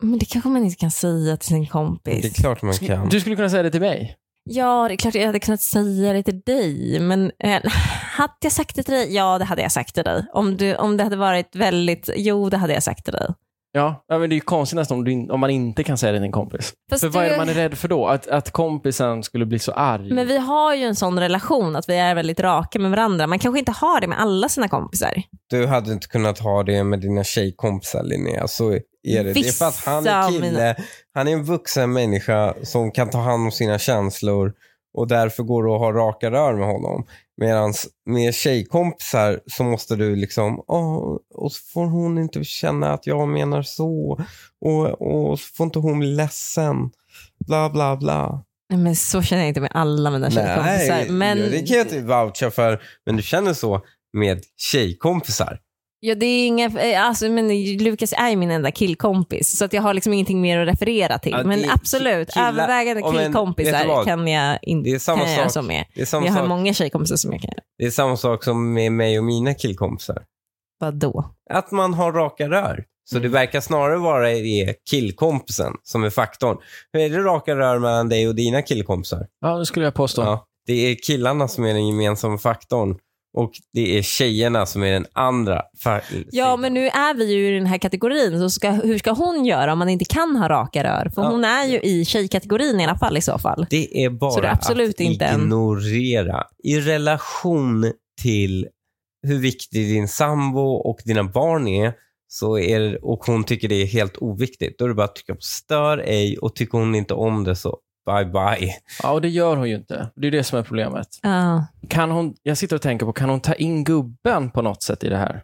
C: Men det kanske man inte kan säga till sin
B: Det är
C: kompis.
B: klart man kan.
A: Du skulle kunna säga det till mig.
C: Ja, det är klart jag hade kunnat säga det till dig, men eh, hade jag sagt det till dig? Ja, det hade jag sagt till dig. Om, du, om det hade varit väldigt, jo, det hade jag sagt till dig.
A: Ja, ja, men det är ju konstigt nästan om, du, in- om man inte kan säga det till en kompis.
C: Fast
A: För vad är
C: du-
A: det man är rädd för då? Att, att kompisen skulle bli så arg?
C: Men vi har ju en sån relation att vi är väldigt raka med varandra. Man kanske inte har det med alla sina kompisar.
B: Du hade inte kunnat ha det med dina tjejkompisar Linnea. Så är det. Det är för att han
C: Vissa
B: är
C: av
B: kille.
C: mina-
B: Han är en vuxen människa som kan ta hand om sina känslor och därför går det att ha raka rör med honom. Medan med tjejkompisar så måste du liksom, "Åh, och så får hon inte känna att jag menar så. Och, och så får inte hon bli ledsen. Bla, bla, bla.
C: Nej, Men så känner jag inte med alla mina tjejkompisar. Men
B: det kan jag inte voucha för. Men du känner så med tjejkompisar.
C: Ja, det är inga, eh, alltså, men Lukas är ju min enda killkompis, så att jag har liksom ingenting mer att referera till.
B: Ja, det
C: men
B: är
C: absolut,
B: killar-
C: övervägande
B: Ja, men vet du
C: killkompisar
B: vad?
C: kan jag inte
B: Det är samma
C: kan jag göra
B: sak.
C: som är.
B: Det är samma
C: Jag har
B: sak.
C: många tjejkompisar som jag kan göra.
B: Det är samma sak som med mig och mina killkompisar.
C: Vadå?
B: Att man har raka rör. Så
C: Mm.
B: det verkar snarare vara det killkompisen som är faktorn. Hur är det raka rör mellan dig och dina killkompisar?
A: Ja, det skulle jag påstå.
B: Ja, det är killarna som är den gemensamma faktorn och det är tjejerna som är den andra. fa-
C: Ja, men nu är vi ju i den här kategorin, så ska, hur ska hon göra om man inte kan ha raka rör? För
B: Ja.
C: hon är ju i tjejkategorin i alla fall i så fall.
B: Det är bara
C: Så det är absolut
B: att
C: inte en-
B: ignorera. I relation till hur viktig din sambo och dina barn är, så är det, och hon tycker det är helt oviktigt, då är det bara att trycka på stör ej och tycker hon inte om det så bye bye.
A: Ja, och det gör hon ju inte. Det är det som är problemet.
C: Ja.
A: Kan hon, jag sitter och tänker på, kan hon ta in gubben på något sätt i det här?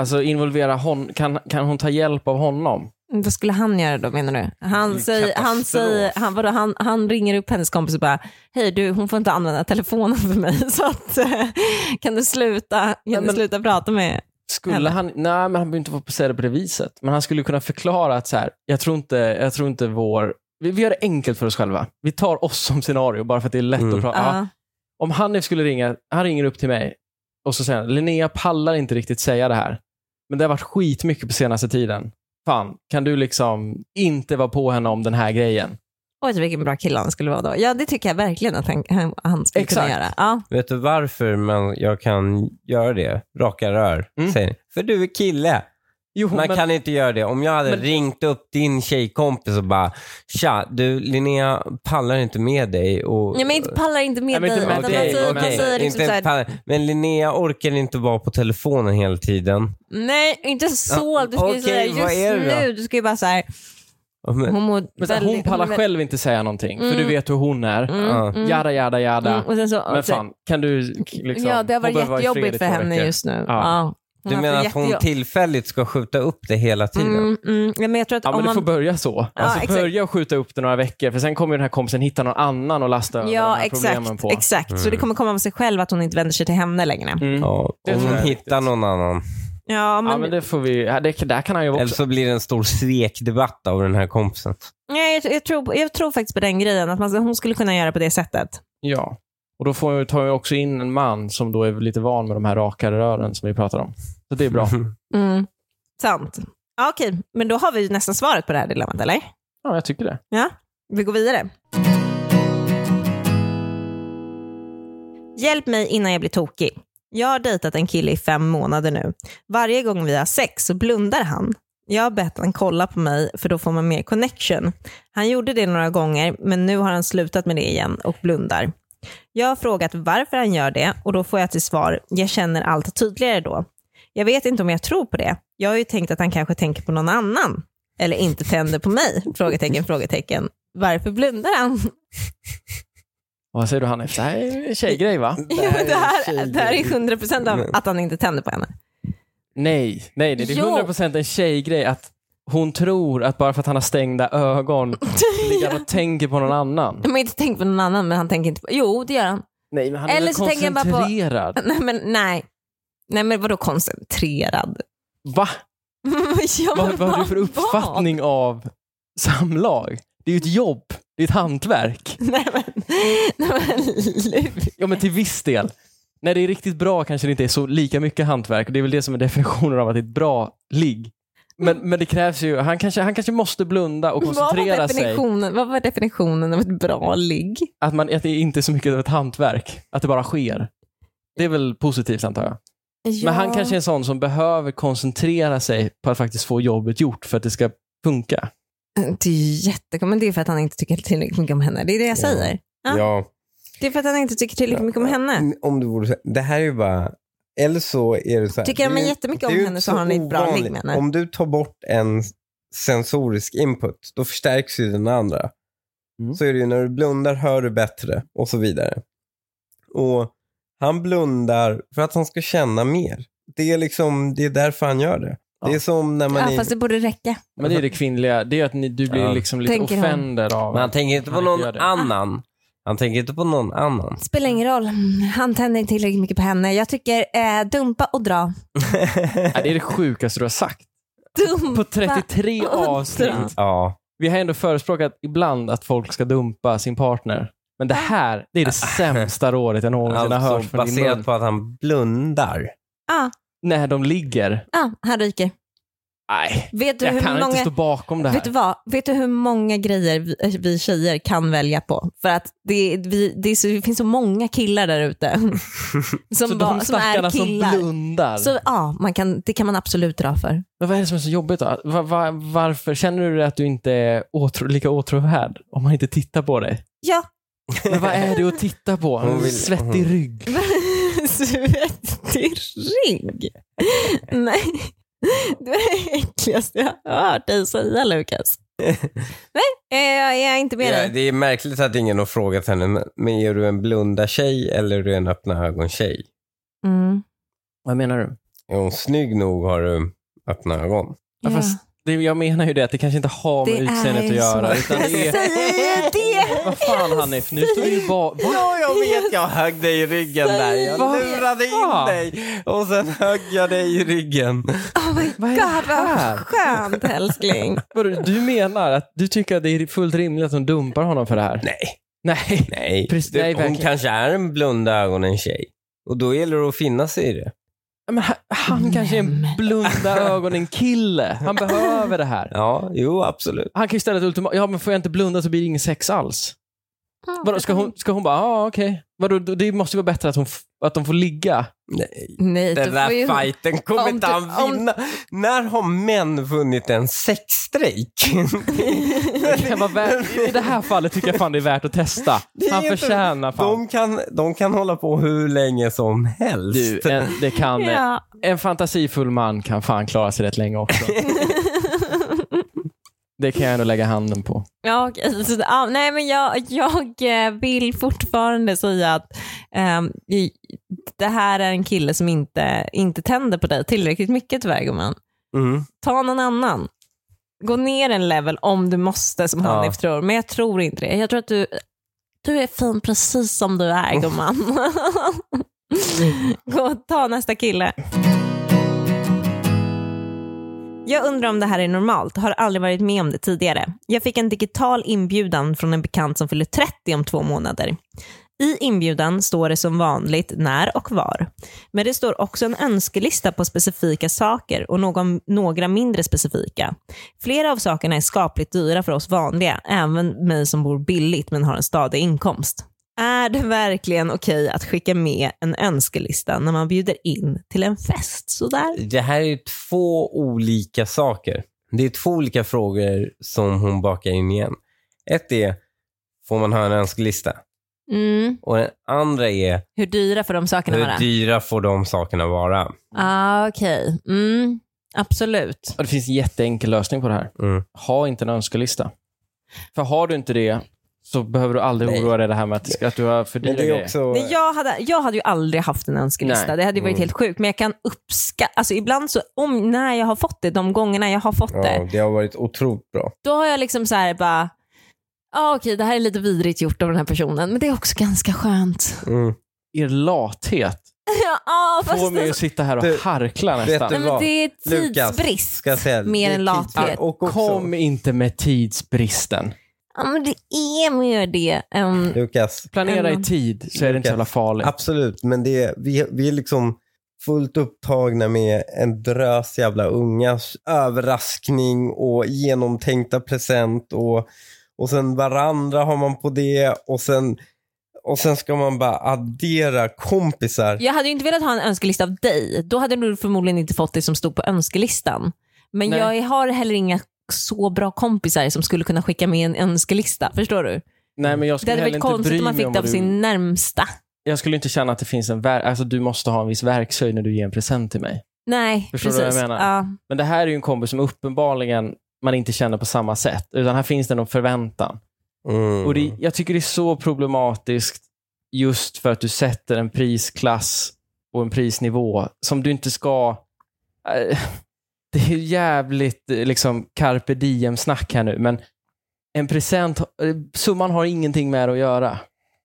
A: Alltså involvera hon, kan, kan hon ta hjälp av honom?
C: Mm, Vad skulle han göra då menar du? Han,
A: Mm,
B: Det är
C: säger, han,
B: katastrof.
C: säger, han, vadå, han, han ringer upp hennes kompis och bara, hej du, hon får inte använda telefonen för mig, så att, eh, kan du sluta, kan du
A: men-
C: sluta prata med
A: Skulle
C: Eller?
A: han, nej men han behöver inte få säga det på det viset. Men han skulle kunna förklara att så här, jag tror inte, jag tror inte vår, vi, vi gör det enkelt för oss själva. Vi tar oss som scenario bara för att det är lätt
B: Mm.
A: att prata. Ja,
C: Ja.
A: om han nu skulle ringa, han ringer upp till mig och så säger han, Linnea pallar inte riktigt säga det här. Men det har varit skitmycket på senaste tiden. Fan, kan du liksom inte vara på henne om den här grejen?
C: Oj, vilken bra kille han skulle vara då. Ja, det tycker jag verkligen att han, han- han skulle
A: Exakt.
C: kunna göra. Ja.
B: Vet du varför man, jag kan göra det? Raka rör,
A: Mm.
B: säger ni. För du är kille.
A: Jo,
B: Man
A: men,
B: kan inte göra det. Om jag hade
A: Men-
B: ringt upp din tjejkompis och bara Tja, du Linnea pallar inte med dig och...
C: Nej, men inte pallar inte med
A: Nej, men
C: dig.
A: inte
C: utan
A: pallar.
C: man
A: Okej,
C: säger, man
A: okej.
C: säger liksom
B: Inte
C: så här,
B: pallar. Men Linnea orkar inte vara på telefonen hela tiden.
C: Nej, inte så. Du ska ju
B: Okej,
C: säga
B: vad är
C: just
B: det då?
C: nu. Du ska ju bara så här,
B: Men,
C: hon mår
A: men så här, hon
C: väldigt-
A: pallar
C: hon mår-
A: själv inte säga någonting, för du
C: Mm.
A: vet hur hon är.
B: ja.
C: Mm.
A: Jada, jada, jada.
C: Mm, och sen så,
A: Men
C: och så-
A: fan, kan du liksom...
C: ja, det har
A: hon
C: varit
A: behöver vara i fred i
C: jättejobbigt för
A: två
C: henne
A: veckor.
C: just nu.
A: Ja.
C: Ja. Hon
B: Du
C: har haft
B: menar
C: det
B: att hon
C: jättejobb-
B: tillfälligt ska skjuta upp det hela tiden?
C: alltså, Mm, mm. Ja, men jag tror att
A: Ja, men
C: om
A: det
C: man...
A: får börja så. alltså,
C: exakt.
A: börja och skjuta upp det några veckor, för sen kommer ju den här kompisen hitta någon annan och lasta över de
C: ja,
A: här problemen
C: exakt.
A: på.
C: exakt. Så det kommer komma av sig själv att hon inte vänder sig till henne längre.
A: Mm. Ja,
B: Ja,
A: Det
B: om
A: tror
B: hon
A: jag är
B: hittar någon annan.
C: Ja, men...
A: men det får vi... ja, Det, där kan han ju
B: Eller
A: också...
B: så blir det en stor svekdebatt av den här kompisen.
C: Nej, jag, jag, tror, jag tror faktiskt på den grejen, att man, hon skulle kunna göra på det sättet.
A: Ja. Och då får jag, tar jag också in en man som då är lite van med de här rakare rören som vi pratar om. Så det är bra.
C: Mm. Sant. Ja, Okej, men då har vi ju nästan svaret på det här dilemmat, eller?
A: Ja, jag tycker det.
C: Ja, vi går vidare. Hjälp mig innan jag blir tokig. Jag har dejtat en kille i fem månader nu. Varje gång vi har sex så blundar han. Jag har bett han kolla på mig för då får man mer connection. Han gjorde det några gånger men nu har han slutat med det igen och blundar. Jag har frågat varför han gör det och då får jag till svar, jag känner allt tydligare då. Jag vet inte om jag tror på det. Jag har ju tänkt att han kanske tänker på någon annan eller inte tänder på mig? Frågetecken, frågetecken. Varför blundar han?
A: Och vad säger du Hanif? Det här är en tjejgrej va?
C: Det här, det här, är 100 procent
A: Mm.
C: av
B: Men-
C: att han inte tänder på henne.
A: Nej, nej, nej. Det är
C: Jo.
A: 100% en tjejgrej att hon tror att bara för att han har stängda ögon ligger han och tänker på någon annan.
C: De har inte tänkt på någon annan, men han tänker inte på... Jo, det gör han.
A: Nej, men han är
C: Eller
A: väl
C: så tänker jag bara på-
A: koncentrerad.
C: Nej, men nej. Nej, men vadå koncentrerad?
A: Va?
C: ja,
A: Vad,
C: men
A: vad har du för
C: vad?
A: uppfattning av samlag? Det är ju ett jobb. Det är ett hantverk.
C: Nej, men, nej, men lur.
A: Ja, men till viss del. När det är riktigt bra kanske det inte är så lika mycket hantverk. Och Det är väl det som är definitionen av att det är ett bra ligg. Men, men det krävs ju, han kanske, han kanske måste blunda och
C: Vad var,
A: koncentrera sig.
C: definitionen, vad var definitionen av ett bra ligg?
A: Att, man, att det inte är så mycket av ett hantverk. Att det bara sker. Det är väl positivt antar jag.
C: Ja.
A: Men han kanske är en sån som behöver koncentrera sig på att faktiskt få jobbet gjort för att det ska funka.
C: Det är ju jättekonstigt, men det är för att han inte tycker tillräckligt mycket om henne. Det är det jag
B: Ja.
C: säger. Ja.
B: Ja.
C: Det är för att han inte tycker tillräckligt mycket om henne.
B: Om du borde, det här är ju bara... Eller så är det så här.
C: Tycker han
B: det är
C: mig
B: ju-
C: jättemycket
B: det är
C: om
B: ju
C: henne
B: inte
C: så har han ett bra ligg
B: ovanligt.
C: med henne.
B: Om du tar bort en sensorisk input, då förstärks ju den andra.
A: Mm.
B: Så är det ju när du blundar hör du bättre och så vidare. Och han blundar för att han ska känna mer. Det är liksom, det är därför han gör det. Det
A: Ja.
B: är som när man
C: Ja,
B: är...
C: fast det borde räcka.
A: Men det är det kvinnliga, det är att ni, du blir
B: Ja.
A: liksom lite
C: Tänker hon.
A: offender av...
B: Men han tänker inte på
A: Han
B: någon
A: gör det.
B: annan. Han tänker inte på någon annan.
C: Spelar ingen roll. Han tänder inte tillräckligt mycket på henne. Jag tycker eh, dumpa och dra.
A: Nej, det är det sjukaste du har sagt.
C: Dumpa.
A: På 33 avsnitt.
C: Undra.
B: ja.
A: Vi har ändå förespråkat ibland att folk ska dumpa sin partner. Men det här, det är det
C: Ah.
A: sämsta rådet jag någonsin har hört
B: Alltså
A: från din mun.
B: baserat på att han blundar.
C: Ja,
A: När de ligger.
C: ja, han ryker.
A: Nej,
C: Vet du,
A: jag
C: hur
A: kan inte
C: många,
A: stå bakom det här.
C: vet du, vad? Vet du hur många grejer vi, eh, vi tjejer kan välja på? För att det, vi, det, är så, det finns så många killar där ute. Som,
A: så
C: bara-
A: de
C: som är
A: stackarna som,
C: killar.
A: blundar.
C: så ja, man kan, det kan man absolut dra för.
A: Men vad är det som är så jobbigt då? Va- va- varför? Känner du att du inte är åtro, lika åtråvärd om man inte tittar på dig?
C: Ja,
A: Men vad är det att titta på?
B: Hon vill-
A: Svettig
B: hon-
A: rygg.
C: Svettig rygg? Nej, det är det äckligaste jag har hört dig säga Lukas. Nej, eh, jag är inte med
B: Ja,
C: dig.
B: det är märkligt att ingen har frågat henne, men- men är du en blunda tjej eller är du en öppna ögon-tjej?
C: Mm.
A: Vad menar du?
B: Är hon snygg nog har du öppna ögon.
A: Ja, fast det, jag menar ju det att det kanske inte har med
C: Det
A: utseendet
C: är
A: att
C: ju
A: göra.
C: så.
A: Utan det är,
C: Säger det!
A: vad fan Hanif, nu står du ju bara... Va?
B: jag vet, jag högg dig i ryggen där. Jag
A: Vad
B: lurade in
A: fan?
B: dig och sen högg jag dig i ryggen.
C: Oh my
A: Vad är det
C: god,
A: här?
C: vad skönt älskling.
A: Vadå, Du menar att du tycker att det är fullt rimligt att hon dumpar honom för det här?
B: Nej.
A: Nej.
B: Nej,
A: Precis,
B: det,
A: nej,
B: hon
A: verkligen.
B: kanske är en blunda ögonen-tjej. Och då gäller det att finna sig i det.
A: Men han, han kanske är en blunda ögonen-kille. Han behöver det här.
B: Ja, jo absolut.
A: Han kan ju ställa ett ultimatum. Ja, men får jag inte blunda så blir det ingen sex alls. Vadå, ska, hon, ska hon bara, ja ah, okej. Vadå, då- Det måste ju vara bättre att, hon, f- att de får ligga.
B: Nej,
C: Nej,
B: den
C: du får ju...
B: där fighten kommer
C: om
B: inte
C: du-
B: han
C: om-
B: vinna. När har män vunnit en sexstrejk?
A: Det, kan vara värt, I det här fallet tycker jag fan det är värt att testa.
B: Det är
A: Han
B: ju inte-
A: förtjänar fan.
B: de, kan, de kan hålla på hur länge som helst.
A: Du, en, det kan,
C: Ja.
A: en fantasifull man kan fan klara sig rätt länge också. Det kan jag ändå lägga handen på.
C: Ja, okej. Så, ja, nej, men jag, jag eh, vill fortfarande säga att ehm, i- det här är en kille som inte, inte tänder på dig tillräckligt mycket tyvärr gumman.
B: Mm.
C: Ta någon annan. Gå ner en level om du måste som Hanif tror, men jag tror inte det. Jag tror att du, du är fin precis som du är gumman. Gå och ta nästa kille. Jag undrar om det här är normalt, har aldrig varit med om det tidigare. Jag fick en digital inbjudan från en bekant som fyller 30 om två månader. I inbjudan står det som vanligt när och var. Men det står också en önskelista på specifika saker och någon, några mindre specifika. Flera av sakerna är skapligt dyra för oss vanliga, även mig som bor billigt men har en stadig inkomst. Är det verkligen okej att skicka med en önskelista när man bjuder in till en fest sådär?
B: Det här är två olika saker. Det är två olika frågor som hon bakar in igen. Ett är, får man ha en önskelista?
C: Mm.
B: Och den andra är,
C: Hur dyra får de sakerna vara?
B: hur dyra får de sakerna vara? Mm.
C: Ah, Okej, mm, absolut.
A: Och det finns en jätteenkel lösning på det här.
B: Mm.
A: Ha inte en önskelista. För har du inte det så behöver du aldrig
B: Nej.
A: oroa dig det här med att, ska- att du har för dyra
B: Men det är
A: grejer.
B: också...
C: Nej, jag, hade, jag hade ju aldrig haft en önskelista.
A: Nej.
C: Det hade ju varit
B: Mm.
C: helt sjukt. Men jag kan uppskatta, alltså ibland så, om, när jag har fått det, de gångerna jag har fått det,
B: Ja, det har varit otroligt bra.
C: då har jag liksom så här bara, ah, okej det här är lite vidrigt gjort av den här personen, men det är också ganska skönt.
B: Mm.
A: Er lathet
C: ja, ah,
A: får
C: fast
A: mig att
C: det,
A: sitta här och
B: Du,
A: harkla
B: vet
A: nästan.
B: du-
C: nej, men det är
B: Lukas,
C: tidsbrist
B: Ska jag säga,
C: mer
B: det är
C: än
B: tidsbrist.
C: lathet.
B: Och också,
A: Kom
B: Kom.
A: inte med tidsbristen.
C: Ja, men det är mer det. än-
B: Lukas,
A: Planera i
C: Mm.
A: tid så är det inte så jävla farligt.
B: absolut, men det är, vi, vi är liksom fullt upptagna med en drös jävla ungas överraskning och genomtänkta present och, och sen varandra har man på det och sen, och sen ska man bara addera kompisar.
C: jag hade ju inte velat ha en önskelista av dig. Då hade du förmodligen inte fått det som stod på önskelistan. Men
A: Nej.
C: jag har heller inga så bra kompisar som skulle kunna skicka med en önskelista. Förstår du?
A: Nej, men jag
C: Det
A: skulle
C: hade
A: heller
C: varit
A: inte
C: konstigt
A: bry
C: om man
A: mig
C: fick
A: om
C: det av
A: vad du...
C: sin närmsta.
A: Jag skulle inte känna att det finns en... Ver... Alltså, du måste ha en viss verkshöjd när du ger en present till mig.
C: Nej,
A: Förstår du
C: precis.
A: vad jag menar?
C: Ja.
A: Men det här är ju en kompis som uppenbarligen man inte känner på samma sätt. Utan här finns det någon förväntan.
B: Mm.
A: Och det, jag tycker det är så problematiskt just för att du sätter en prisklass och en prisnivå som du inte ska... Eh, Det är jävligt eh, liksom carpe diem-snack här nu, men en present, eh, summan har ingenting med det att göra.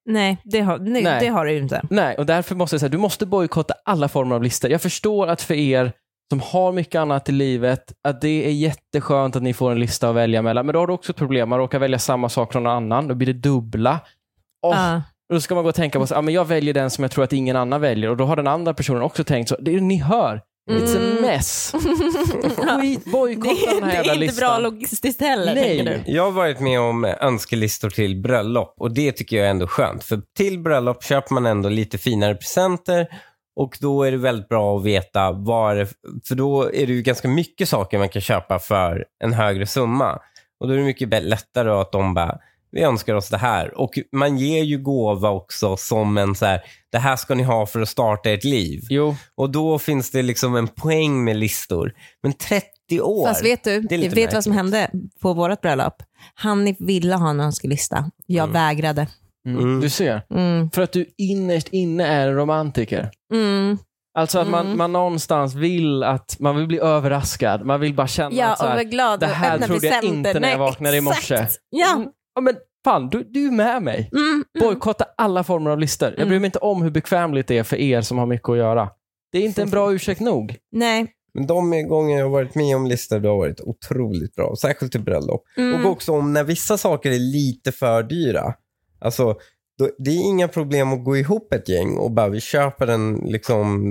C: Nej, det har, nej,
A: Nej.
C: det har du ju inte.
A: Nej, och därför måste jag säga, du måste bojkotta alla former av listor. Jag förstår att för er som har mycket annat i livet, att det är jätteskönt att ni får en lista att välja mellan. Men då har du också ett problem, man råkar välja samma sak från någon annan, då blir det dubbla. Åh,
C: Ja.
A: och Då ska man gå och tänka på, så, ah, men jag väljer den som jag tror att ingen annan väljer och då har den andra personen också tänkt så. Det är det ni hör. It's a mess. Skit,
C: Det,
A: bojkotta den här
C: Mm. det
A: jävla
C: är inte bra
A: listan.
C: logistiskt heller.
A: Nej.
C: tänker du.
B: Jag har varit med om önskelistor till bröllop och det tycker jag är ändå skönt. För till bröllop köper man ändå lite finare presenter och då är det väldigt bra att veta vad det, För då är det ju ganska mycket saker man kan köpa för en högre summa. Och då är det mycket bä- lättare att de bara, vi önskar oss det här. Och man ger ju gåva också som en så här, det här ska ni ha för att starta ett liv.
A: Jo,
B: Och då finns det liksom en poäng med listor. Men 30 år.
C: Fast vet du,
B: Det är
C: vet
B: lite
C: du vad som hände på vårt bröllop? Hanif ville ha en önskelista. Jag
B: Mm.
C: vägrade.
B: Mm.
A: du ser.
C: Mm.
A: För att du innerst inne är en romantiker.
C: Mm.
A: Alltså att man,
C: Mm.
A: man någonstans vill att man vill bli överraskad. Man vill bara känna
C: Ja,
A: att så
C: och var
A: här,
C: glad.
A: det
C: och
A: här
C: öppna
A: trodde jag
C: presenter.
A: inte när jag
C: Nej,
A: vaknade i morse.
C: exakt. Ja.
A: Mm. ja, men fan, du, du är med mig.
C: Mm.
A: Bojkotta alla former av listor. Jag bryr mig inte om hur bekvämligt det är för er som har mycket att göra. Det är inte en bra ursäkt nog.
C: Nej.
B: Men de gånger jag har varit med om listor, det har varit otroligt bra. Särskilt till bröllop.
C: Mm.
B: Och också om när vissa saker är lite för dyra. Alltså, då, det är inga problem att gå ihop ett gäng och bara vi köper den, liksom,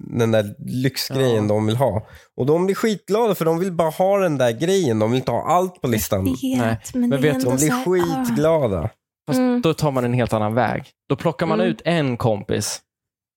B: den där lyxgrejen
A: Ja.
B: de vill ha. Och de blir skitglada för de vill bara ha den där grejen. De vill inte ha allt på listan.
C: Jag
A: Nej,
C: vet, men,
A: men
C: det är
A: vet du,
B: De
C: ändå så
B: blir
C: här, ah.
B: skitglada.
A: Fast
C: Mm.
A: då tar man en helt annan väg. Då plockar man
C: Mm.
A: ut en kompis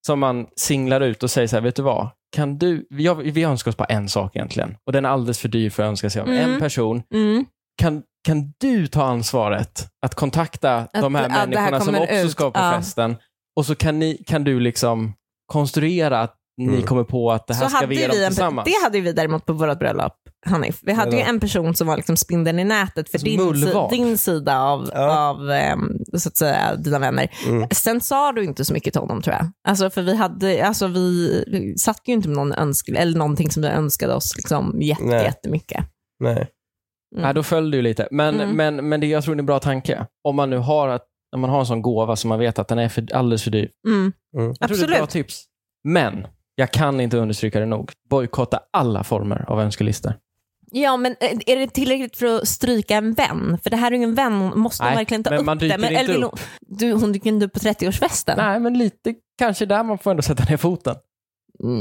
A: som man singlar ut och säger så här, vet du vad? Kan du, jag, vi önskar oss bara en sak egentligen och den är alldeles för dyr för att önska sig av
C: Mm.
A: en person.
C: ah. Mm.
A: Kan, kan du ta ansvaret att kontakta de här
C: ja, det här
A: människorna som
C: kommer
A: också
C: ut,
A: ska på
C: ja.
A: festen och så kan, ni, kan du liksom konstruera att ni
B: Mm.
A: kommer på att det här
C: Så
A: ska
C: hade
A: vi ge dem
C: vi en,
A: tillsammans.
C: det hade ju vi däremot på vårt bröllop, Hanif. Vi hade ju
B: Ja.
C: en person som var liksom spindeln i nätet för
A: Som
C: din, si-
A: mullvad.
C: din sida av,
B: Ja.
C: av ehm, så att säga, dina vänner.
B: Mm.
C: Sen sa du inte så mycket till honom tror jag. Alltså, för vi, hade, alltså, vi vi satt ju inte med någon önsk, eller någonting som vi önskade oss liksom, jätte,
B: Nej.
C: jättemycket.
B: Nej.
A: Ja, då föll det ju lite. Men,
C: Mm.
A: men, men det, jag tror det är en bra tanke. Om man nu har, att, om man har en sån gåva som man vet att den är för, alldeles för dyr.
C: Mm.
B: Mm.
A: Jag tror det är ett bra
C: Absolut.
A: tips. Men jag kan inte understryka det nog. Bojkotta alla former av önskelistor.
C: Ja, men eh, är det tillräckligt för att stryka en vän? För det här är ju en vän, hon måste hon
A: Nej,
C: verkligen ta
A: men
C: upp
A: man dyker
C: det? Men,
A: inte
C: eller vill hon- Du, hon dyker inte upp på 30-årsfesten?
A: Nej, men lite kanske där man får ändå sätta ner foten.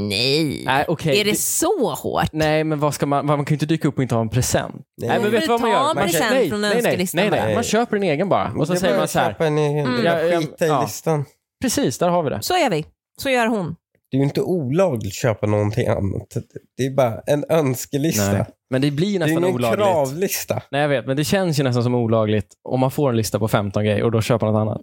C: Nej.
A: Nej, okej.
C: Är det
A: Det-
C: så hårt?
A: Nej, men vad ska man, man kan ju inte dyka upp och inte ha en present.
B: Nej.
A: Nej,
C: men
A: men vet
C: du
A: du vad man
C: ta
A: gör?
C: en
A: Man
C: present
A: nej,
C: från
A: nej, nej,
C: önskelistan
A: nej, nej.
B: bara?
A: Man köper en egen bara. Och så
B: Det är
A: säger
B: bara
A: man
B: att
A: så här,
B: köpa En egen,
C: Mm.
B: bara
A: Ja, ja,
B: skita i
A: ja.
B: listan.
A: precis, där har vi det.
C: Så gör vi. Så gör hon.
B: Det är ju inte olagligt att köpa någonting annat. Det är bara en önskelista.
A: Nej. Men det blir
B: det är
A: nästan
B: ingen
A: olagligt.
B: kravlista.
A: Nej, jag vet, men det känns ju nästan som olagligt om man får en lista på 15 grejer och då köper något annat.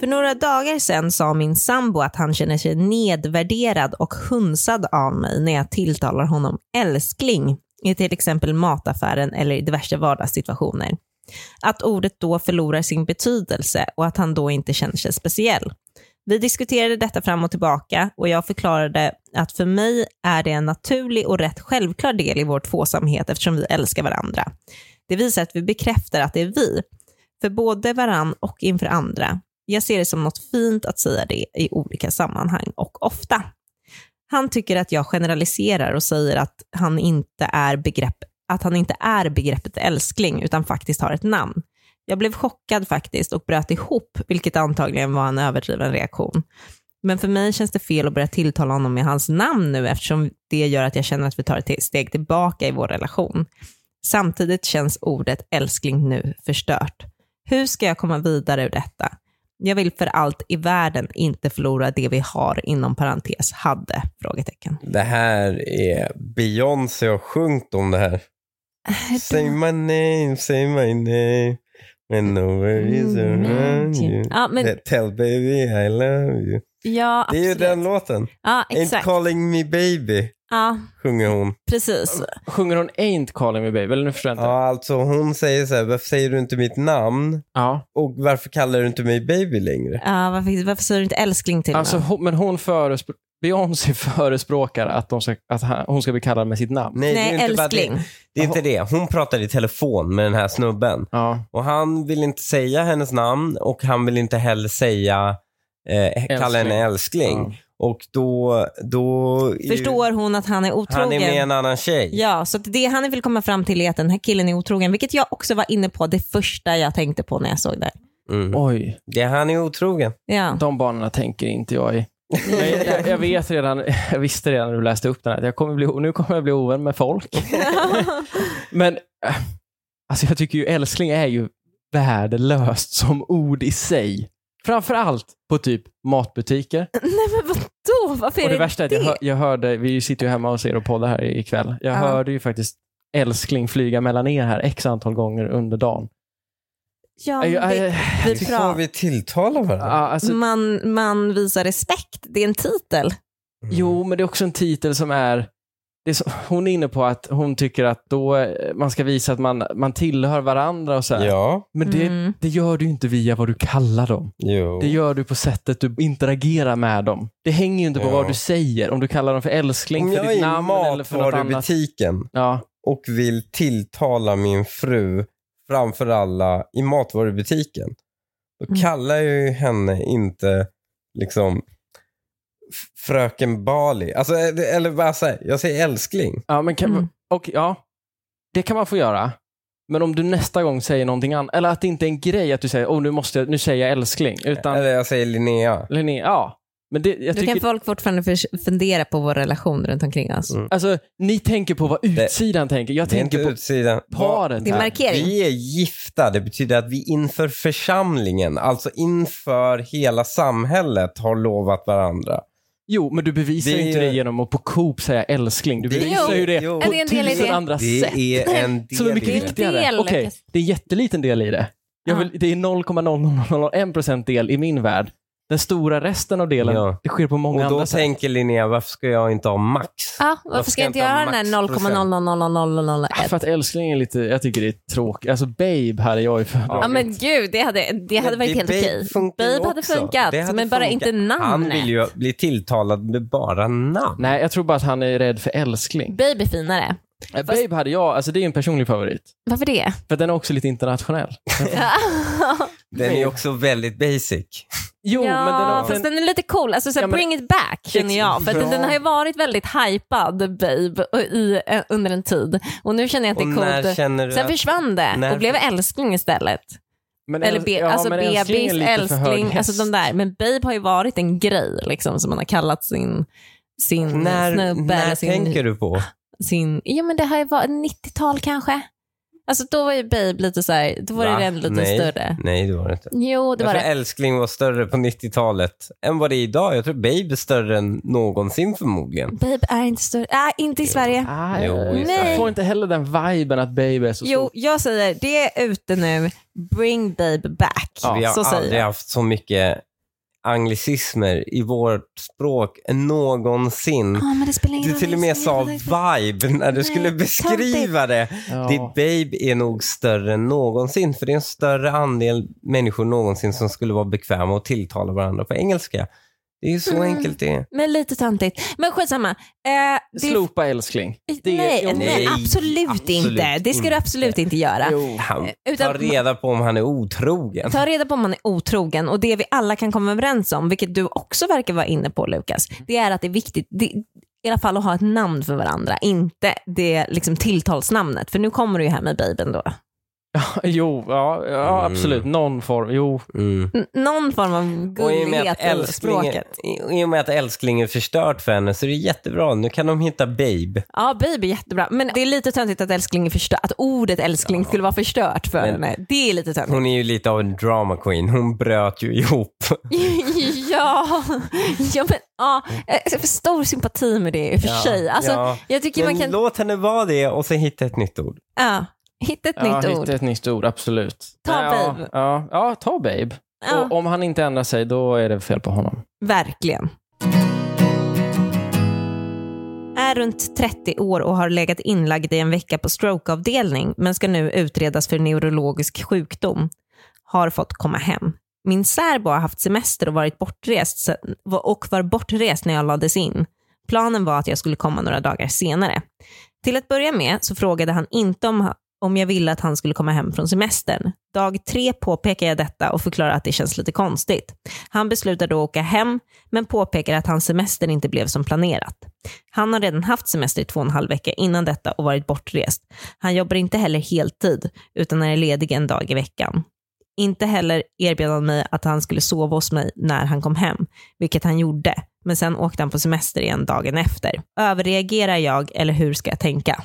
C: För några dagar sedan sa min sambo att han känner sig nedvärderad och hunsad av mig när jag tilltalar honom älskling i till exempel mataffären eller i diverse vardagssituationer. Att ordet då förlorar sin betydelse och att han då inte känner sig speciell. Vi diskuterade detta fram och tillbaka och jag förklarade att för mig är det en naturlig och rätt självklar del i vår tvåsamhet eftersom vi älskar varandra. Det visar att vi bekräftar att det är vi, för både varann och inför andra. Jag ser det som något fint att säga det i olika sammanhang och ofta. Han tycker att jag generaliserar och säger att han inte är, begrepp, att han inte är begreppet älskling utan faktiskt har ett namn. Jag blev chockad faktiskt och bröt ihop, vilket antagligen var en överdriven reaktion. Men för mig känns det fel att börja tilltala honom med hans namn nu eftersom det gör att jag känner att vi tar ett steg tillbaka i vår relation. Samtidigt känns ordet älskling nu förstört. Hur ska jag komma vidare ur detta? Jag vill för allt i världen inte förlora det vi har inom parentes hade? Frågetecken.
B: Det här är Beyoncé har sjungit om det här. Say my name, say my name. When nobody is around you.
C: Mm, Ja, men,
B: Tell baby I love you.
C: ja,
B: Det är ju
C: absolut.
B: den låten.
C: Ja,
B: Ain't
C: exakt.
B: calling me baby,
C: Ja,
B: sjunger hon.
C: precis.
A: Sjunger hon Ain't calling me baby? Eller nu förstår jag inte.
B: Ja, alltså hon säger så här, varför säger du inte mitt namn?
A: ja.
B: Och varför kallar du inte mig baby längre?
C: Ja, varför, varför säger du inte älskling till
A: Alltså,
C: mig?
A: hon, men hon förespr- Beyoncé förespråkar att, de ska, att ha- hon ska bli kallad med sitt namn.
B: Nej,
C: Nej,
B: det är ju inte bara
C: älskling.
B: det. Det är inte det. Hon pratar i telefon med den här snubben.
A: Ja.
B: Och han vill inte säga hennes namn och han vill inte heller säga, eh, kalla henne älskling.
A: Ja.
B: Och då, då är ju-
C: Förstår hon att han är otrogen?
B: han är med en annan tjej.
C: Ja, så att det han vill komma fram till är att den här killen är otrogen, vilket jag också var inne på det första jag tänkte på när jag såg det.
B: Mm.
A: Oj,
B: Det, han är otrogen.
C: Ja,
A: de banorna tänker inte jag i. Men jag, jag, jag vet redan, jag visste redan när du läste upp den här, att jag kommer bli, o- nu kommer jag bli ovän med folk. Men eh, alltså jag tycker ju älskling är ju värdelöst som ord i sig. Framförallt på typ matbutiker.
C: Nej men vadå? Varför är
A: Och det
C: det
A: värsta är att jag, hör, jag hörde, vi sitter ju hemma och ser och poddar här ikväll. Jag
C: Ja.
A: hörde ju faktiskt älskling flyga mellan er här x antal gånger under dagen. Äh,
C: Ja,
A: Aj,
C: men
A: aj,
C: det,
A: aj.
C: vi
B: Det är så
C: pratar-
B: vi tilltalar
A: Ja,
B: varandra.
A: alltså,
C: man, man visar respekt. Det är en titel.
B: Mm.
A: Jo, men det är också en titel som är... Det är så, hon är inne på att hon tycker att då eh, man ska visa att man, man tillhör varandra och så här.
B: Ja,
A: Men det,
C: Mm.
A: det gör du inte via vad du kallar dem.
B: jo.
A: Det gör du på sättet du interagerar med dem. Det hänger ju inte på
B: Ja.
A: vad du säger. Om du kallar dem för älskling,
B: Om
A: för
B: jag är
A: ditt
B: i
A: namn eller för något annat.
B: matvarubutiken
A: Ja,
B: och vill tilltala min fru framför alla i matvarubutiken, då
C: Mm.
B: kallar jag ju henne inte liksom f- fröken Bali. Alltså, eh, eller bara så här, jag säger älskling.
A: ja, men kan,
C: Mm.
A: och, ja, det kan man få göra. Men om du nästa gång säger någonting annat, eller att det inte är en grej att du säger oh, nu, måste jag, nu säger jag älskling. Utan,
B: Eller jag säger Linnea.
A: Linnea, ja. Men det, jag
C: Nu
A: tycker,
C: kan folk fortfarande förs- fundera på vår relation runt omkring oss.
B: Mm.
A: Alltså, ni tänker på vad utsidan tänker. Jag
B: Det är inte
A: tänker på...
B: utsidan.
A: paret
B: Det är
A: här.
C: Markering.
B: Vi är gifta. Det betyder att vi inför församlingen, alltså inför hela samhället, har lovat varandra.
A: Jo, men du bevisar ju
B: Det är-
A: inte det genom att på Coop säga älskling. Du
B: Det-
A: bevisar ju det
B: Jo.
A: på
C: Är det en del i
A: tusen
C: det?
A: andra
B: Det
A: sätt.
B: är en
A: Som är
B: del
A: mycket
B: i det.
A: viktigare.
C: del.
A: Okej, det är en jätteliten del i det. Jag vill, det är 0,0001% del i min värld. Den stora resten av delen,
B: Ja.
A: det sker på många
B: Och då
A: andra sätt.
B: tänker Linnea, varför ska jag inte ha max?
C: Ja, varför
B: Varför
C: ska jag inte
B: ska jag
C: göra den
B: inte
C: här
B: ha max procent?
C: 0,0000001?
A: Ah, För att älskling är lite, jag tycker det är tråkigt. Alltså babe hade jag ju
C: Ja
A: föredragit.
C: men gud, det hade, det hade varit helt
B: Babe
C: okej.
B: funkar ju
C: Babe hade
B: också.
C: funkat,
B: Det hade
C: men bara
B: funkat.
C: inte
B: Han vill
C: namnet.
B: ju bli tilltalad med bara namn.
A: Nej, jag tror bara att han är rädd för älskling.
C: Babe är finare.
A: Eh, Babe hade jag, alltså det är ju en personlig favorit.
C: Varför det?
A: För den är också lite internationell.
B: Den är ju också väldigt basic.
A: Jo,
C: ja,
A: men den, har-
C: fast den är lite cool. Alltså, så här,
A: Ja, men-
C: bring it back känner jag. För att
B: Ja.
C: den har ju varit väldigt hypad, Babe, och i, eh, under en tid. Och nu känner jag att det
B: Och
C: är
B: när
C: coolt.
B: känner du
C: Sen
B: att-
C: försvann det
B: när-
C: och blev älskling istället.
A: Men
C: Eller
A: äls-
C: be,
A: ja,
C: alltså
A: men älskling är
C: bebis,
A: lite för hög
C: älskling,
A: häst.
C: alltså de där. Men Babe har ju varit en grej liksom, som man har kallat sin, sin
B: när,
C: snubbe. eller
B: när
C: sin,
B: tänker du på?
C: sin, ja men det här var 90-tal kanske. Alltså då var ju Babe lite så här, då var
B: Va?
C: det den lite
B: Nej.
C: större.
B: Nej, det var det inte.
C: Jo, det
B: jag
C: var
B: tror
C: det.
B: älskling var större på 90-talet än vad det är idag. Jag tror Babe är större än någonsin förmodligen.
C: Babe är inte större, äh, inte i Sverige.
A: Ah,
B: Jo,
A: jag-
B: i
A: Jag
C: Sverige.
A: får inte heller den viben att baby är så
C: Jo,
A: stor.
C: jag säger det är ute nu, bring Babe back.
A: Ja,
B: Vi har
C: så
B: aldrig
C: säger jag.
B: haft så mycket anglicismer i vårt språk än någonsin.
C: Ja, men det spelar ingen
B: Du
C: roll,
B: till och med
C: det
B: sa
C: spelar ingen roll.
B: vibe när du
C: Nej,
B: skulle beskriva det.
A: Ja.
B: Ditt babe är nog större än någonsin, för det är en större andel människor någonsin som skulle vara bekväma att tilltala varandra på engelska. Det är ju så
C: Mm.
B: enkelt det är.
C: Men lite töntigt. Men skitsamma. Eh, det är
A: Slopa älskling. Det är-
C: nej,
A: jo.
C: nej,
B: Nej,
C: absolut,
B: absolut
C: inte. Det ska du
B: inte.
C: absolut inte göra.
A: Jo.
B: Han
C: Eh, Utan-
B: tar reda på om han är otrogen.
C: Ta reda på om man är otrogen och det vi alla kan komma överens om, vilket du också verkar vara inne på Lukas,
B: Mm.
C: det är att det är viktigt det, i alla fall att ha ett namn för varandra, inte det liksom, tilltalsnamnet. För nu kommer du ju här med baben då.
A: Jo, ja, ja
B: Mm.
A: absolut. Någon form. Jo.
B: Mm.
C: N- någon form av
B: Och i och, med
C: gullighet
B: att
C: i
B: älskling,
C: språket.
B: i- I och med att älskling är förstört för henne så är det jättebra. Nu kan de hitta babe.
C: Ja, babe är jättebra. Men det är lite töntigt att, älskling är förstört, att ordet älskling skulle vara förstört för
B: Men-
C: henne. Det är lite töntigt.
B: Hon är ju lite av en drama queen. Hon bröt ju ihop.
C: ja, ja, men ja, eh, stor sympati med det i och för
B: Ja,
C: sig. Alltså,
B: ja.
C: Jag tycker
B: Men
C: man kan
B: låt henne vara det och sen hitta ett nytt ord.
C: ja, hitta ett
A: ja,
C: nytt
A: hitta
C: ord.
A: ett nytt ord, absolut.
C: Ta
A: Nej, ja,
C: babe.
A: Ja, ja, ta babe.
C: Ja.
A: Och om han inte ändrar sig, då är det fel på honom.
C: Verkligen. Är runt 30 år och har legat inlagd i en vecka på strokeavdelning men ska nu utredas för neurologisk sjukdom. Har fått komma hem. Min särbo har haft semester och varit bortrest sen- och var bortrest när jag lades in. Planen var att jag skulle komma några dagar senare. Till att börja med så frågade han inte om, om jag ville att han skulle komma hem från semestern. Dag tre påpekar jag detta och förklarar att det känns lite konstigt. Han beslutar då att åka hem, men påpekar att hans semester inte blev som planerat. Han har redan haft semester i två och en halv vecka innan detta och varit bortrest. Han jobbar inte heller heltid, utan är ledig en dag i veckan. Inte heller erbjöd han mig att han skulle sova hos mig när han kom hem, vilket han gjorde, men sen åkte han på semester igen dagen efter. Överreagerar jag eller hur ska jag tänka?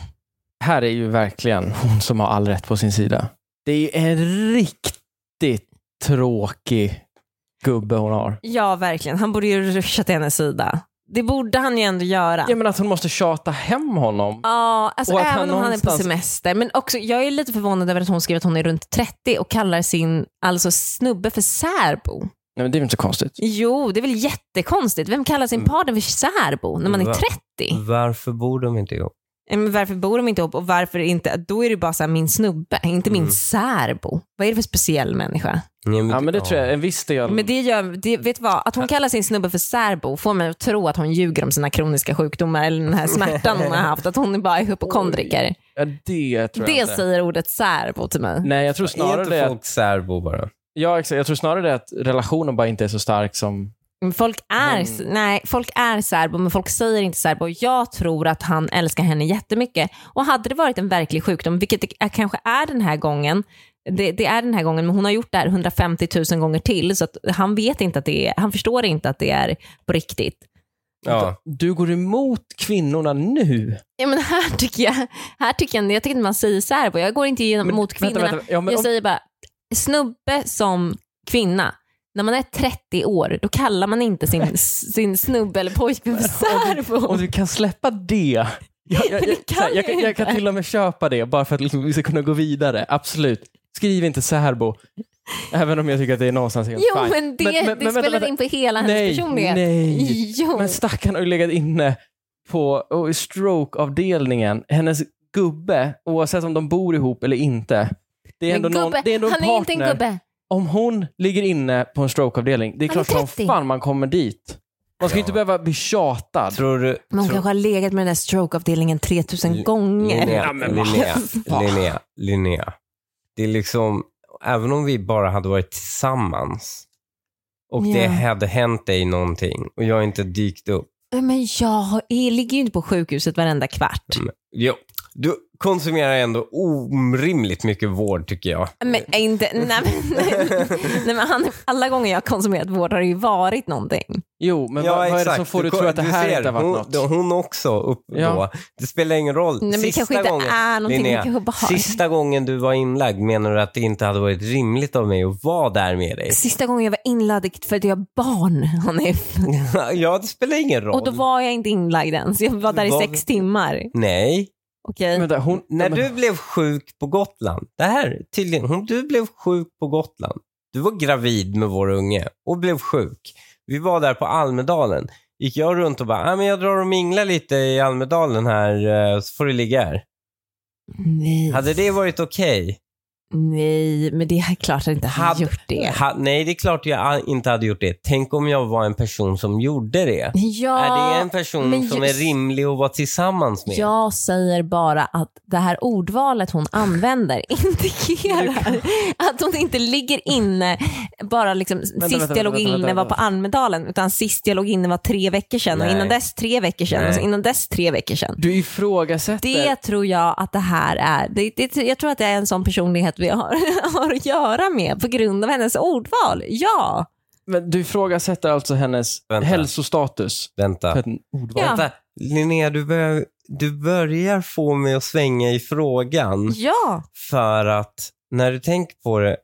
A: Här är ju verkligen hon som har all rätt på sin sida. Det är ju en riktigt tråkig gubbe hon har.
C: Ja, verkligen. Han borde ju ruscha till hennes sida. Det borde han ju ändå göra.
A: Ja, men att hon måste tjata hem honom.
C: Ja, alltså
A: Och att
C: även
A: han
C: om han är på
A: någonstans-
C: semester. Men också, jag är lite förvånad över att hon skriver att hon är runt 30 och kallar sin alltså, snubbe för särbo.
A: Nej, men det är väl inte så konstigt.
C: Jo, det är väl jättekonstigt. Vem kallar sin partner för särbo när man är
B: Va?
C: 30?
B: Varför bor de inte ihop?
C: Eh, Men varför bor de inte ihop och varför inte? Då är det bara så här, min snubbe, inte min
B: Mm.
C: särbo. Vad är det för speciell människa?
B: Nej,
A: Ja, men det tror jag. En viss del.
C: Men det gör, det, vet du vad, att hon kallar sin snubbe för särbo får mig att tro att hon ljuger om sina kroniska sjukdomar eller den här smärtan hon har haft, att hon bara är hypokondriker.
A: Ja, det tror jag
C: Det
A: inte.
C: säger ordet särbo till mig.
A: Nej, jag tror
B: Är
A: snarare
B: inte
A: det
B: folk
A: att,
B: särbo bara?
A: ja, exakt, jag tror snarare det att relationen bara inte är så stark som...
C: Men Folk är,
A: Men-
C: nej, folk är särbo, men folk säger inte särbo. Jag tror att han älskar henne jättemycket. Och hade det varit en verklig sjukdom, vilket det är- kanske är den här gången, det, det är den här gången, men hon har gjort det här 150 000 gånger till, så att han vet inte att det är, han förstår inte att det är på riktigt.
B: Ja.
A: Du går emot kvinnorna nu.
C: Ja, men här tycker jag, här tycker jag, jag tycker inte man säger särbo. Jag går inte igenom
A: Men-
C: mot kvinnorna.
A: Vänta, vänta. Ja, men
C: jag
A: om,
C: säger bara, snubbe som kvinna, när man är 30 år, då kallar man inte sin, sin snubbe eller pojkvän för särbo.
A: om du kan släppa det. Jag, jag,
C: Det
A: jag,
C: kan
A: så här,
C: jag
A: jag, kan, jag
C: inte.
A: kan till och med köpa det, bara för att liksom vi ska kunna gå vidare. Absolut. Skriv inte särbo. Även om jag tycker att det är någonstans helt
C: Jo,
A: fine.
C: men det, det
A: vänta,
C: spelar
A: vänta.
C: in på hela hennes
A: Nej,
C: personlighet.
A: nej.
C: Jo.
A: Men stackarn har ju legat inne på och i strokeavdelningen. Hennes gubbe, oavsett om de bor ihop eller inte. Det är ändå,
C: Men gubbe,
A: någon, det är ändå en
C: han är
A: partner.
C: inte en gubbe.
A: Om hon ligger inne på en strokeavdelning, det är
C: Han är
A: klart som
C: 30.
A: fan man kommer dit. Man ska ju
B: Ja.
A: inte behöva bli tjatad.
B: Tror du...
C: Men hon
B: tror-
C: kanske har legat med den där strokeavdelningen 3000
B: Li-
C: gånger.
B: Linnea,
A: men vad
B: Linnea,
A: fan.
B: Linnea, Linnea. Det är liksom, även om vi bara hade varit tillsammans och det
C: Ja.
B: hade hänt dig någonting och jag inte dykt upp.
C: Men jag är- ligger ju inte på sjukhuset varenda kvart.
A: Mm.
B: Jo, du konsumerar ändå orimligt mycket vård tycker jag.
C: Men är inte, nej, men, nej, men han, alla gånger jag har konsumerat vård har det ju varit någonting.
A: Jo, men vad, vad är det som får dig att tro att det här inte har varit
B: hon,
A: något?
B: Hon också upp
A: Ja.
B: då. Det spelar ingen roll.
C: Nej, men det kanske inte är någonting. det kanske bara
B: sista gången du var inlagd menar du att det inte hade varit rimligt av mig att vara där med dig?
C: Sista gången jag var inlagd för att jag har barn, Hanif.
B: ja, det spelar ingen roll.
C: Och då var jag inte inlagd ens. Jag var där i
B: Vad-
C: sex timmar.
B: Nej.
C: Okej.
A: Vänta, hon,
B: När
A: ja, men-
B: du blev sjuk på Gotland. Det här tydligen. Hon, du blev sjuk på Gotland. Du var gravid med vår unge och blev sjuk. Vi var där på Almedalen. Gick jag runt och bara, ah, men jag drar och minglar lite i Almedalen här eh, så får du ligga här.
C: Nej.
B: Hade det varit okej?
C: Nej, men det är klart att jag inte hade
B: Hade-
C: gjort det.
B: Ha, nej, det är klart jag inte hade gjort det. Tänk om jag var en person som gjorde det.
C: Ja,
B: är det en person
C: men
B: som
C: just-
B: är rimlig att vara tillsammans med?
C: jag säger bara att det här ordvalet hon använder indikerar att hon inte ligger inne bara liksom, sist
A: vänta,
C: jag låg
A: vänta,
C: inne
A: vänta,
C: var på
A: vänta.
C: Almedalen, utan sist jag låg inne var tre veckor sedan och
B: Nej.
C: innan dess tre veckor sedan
B: Nej.
C: och så innan dess tre veckor sedan.
A: du ifrågasätter.
C: Det tror jag att det här är. Det, det, jag tror att det är en sån personlighet vi har, har att göra med på grund av hennes ordval. Ja.
A: Men du ifrågasätter alltså hennes
B: Vänta.
A: hälsostatus.
B: Vänta.
A: För att en ordval.
C: Ja.
B: Vänta, Linnea, du, bör, du börjar få mig att svänga i frågan
C: Ja.
B: för att när du tänker på det,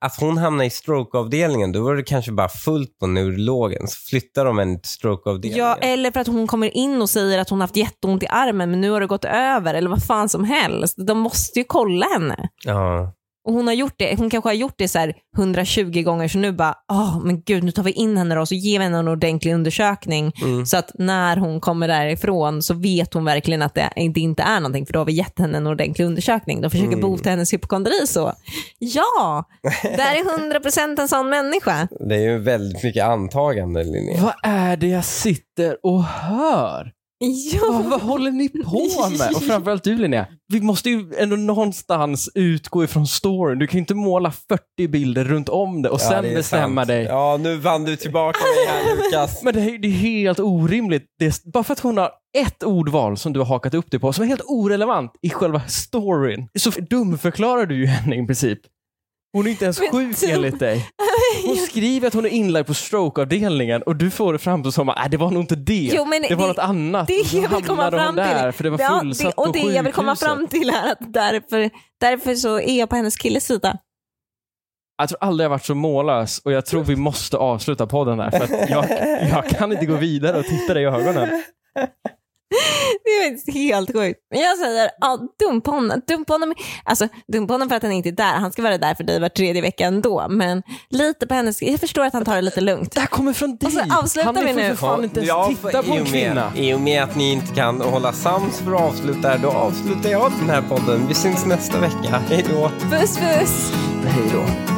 B: att hon hamnade i strokeavdelningen, då var det kanske bara fullt på neurologen, så flyttar de henne till strokeavdelningen.
C: Ja, eh- eller för att hon kommer in och säger att hon haft jätteont i armen men nu har det gått över eller vad fan som helst. De måste ju kolla henne.
B: ja.
C: Och hon, har gjort det, hon kanske har gjort det så här 120 gånger så nu bara, åh men gud nu tar vi in henne då så ger vi henne en ordentlig undersökning
B: Mm.
C: så att när hon kommer därifrån så vet hon verkligen att det, det inte är någonting för då har vi gett henne en ordentlig undersökning. De försöker
B: Mm.
C: bota hennes hypokondri så. Ja, där är 100% en sån människa.
B: Det är ju väldigt mycket antagande, Linnea.
A: Vad är det jag sitter och hör?
C: Jo.
A: Vad, vad håller ni på med? Och framförallt du Linnea. Vi måste ju ändå någonstans utgå ifrån storyn. Du kan ju inte måla 40 bilder runt om det och
B: Ja,
A: sen
B: det är
A: bestämma
B: sant.
A: dig.
B: Ja, nu vann du tillbaka mig här, Lukas.
A: Men det är, det är helt orimligt. Det är, bara för att hon har ett ordval som du har hakat upp dig på som är helt orelevant i själva storyn, så dumförklarar du ju henne i princip. Hon är inte ens
C: Men
A: sjuk
C: typ-
A: enligt dig. Hon skriver att hon är inlagd på strokeavdelningen och du får det framstå som att "Äh, det var nog inte det.
C: Jo, men
A: det var
C: det-
A: något annat.
C: Det
A: Och så
C: jag vill komma
A: hamnade hon
C: fram till.
A: där för det var
C: Ja,
A: fullsatt
C: det, och
A: på
C: det jag vill komma
A: sjukhuset.
C: fram till är att därför, därför så är jag på hennes killes sida.
A: Jag tror aldrig jag varit så mållös och jag tror vi måste avsluta podden här för att jag, jag kan inte gå vidare och titta dig i ögonen.
C: Det är faktiskt helt sjukt. Men jag säger, ja, dumpa honom. Dumpa honom. Alltså, dumpa honom för att han inte är där. Han ska vara där för dig var tredje vecka ändå. Men lite på hennes... Jag förstår att han tar det lite lugnt.
A: Det här kommer från dig!
C: Och så avslutar
A: Han
C: vi
A: får
C: nu.
A: för fan inte ens
B: Ja,
A: titta på
B: i
A: en
B: och med-
A: kvinna.
B: I och med att ni inte kan hålla sams för att avsluta här, då avslutar jag den här podden. Vi syns nästa vecka. Hej då!
C: Puss puss!
A: Hej då.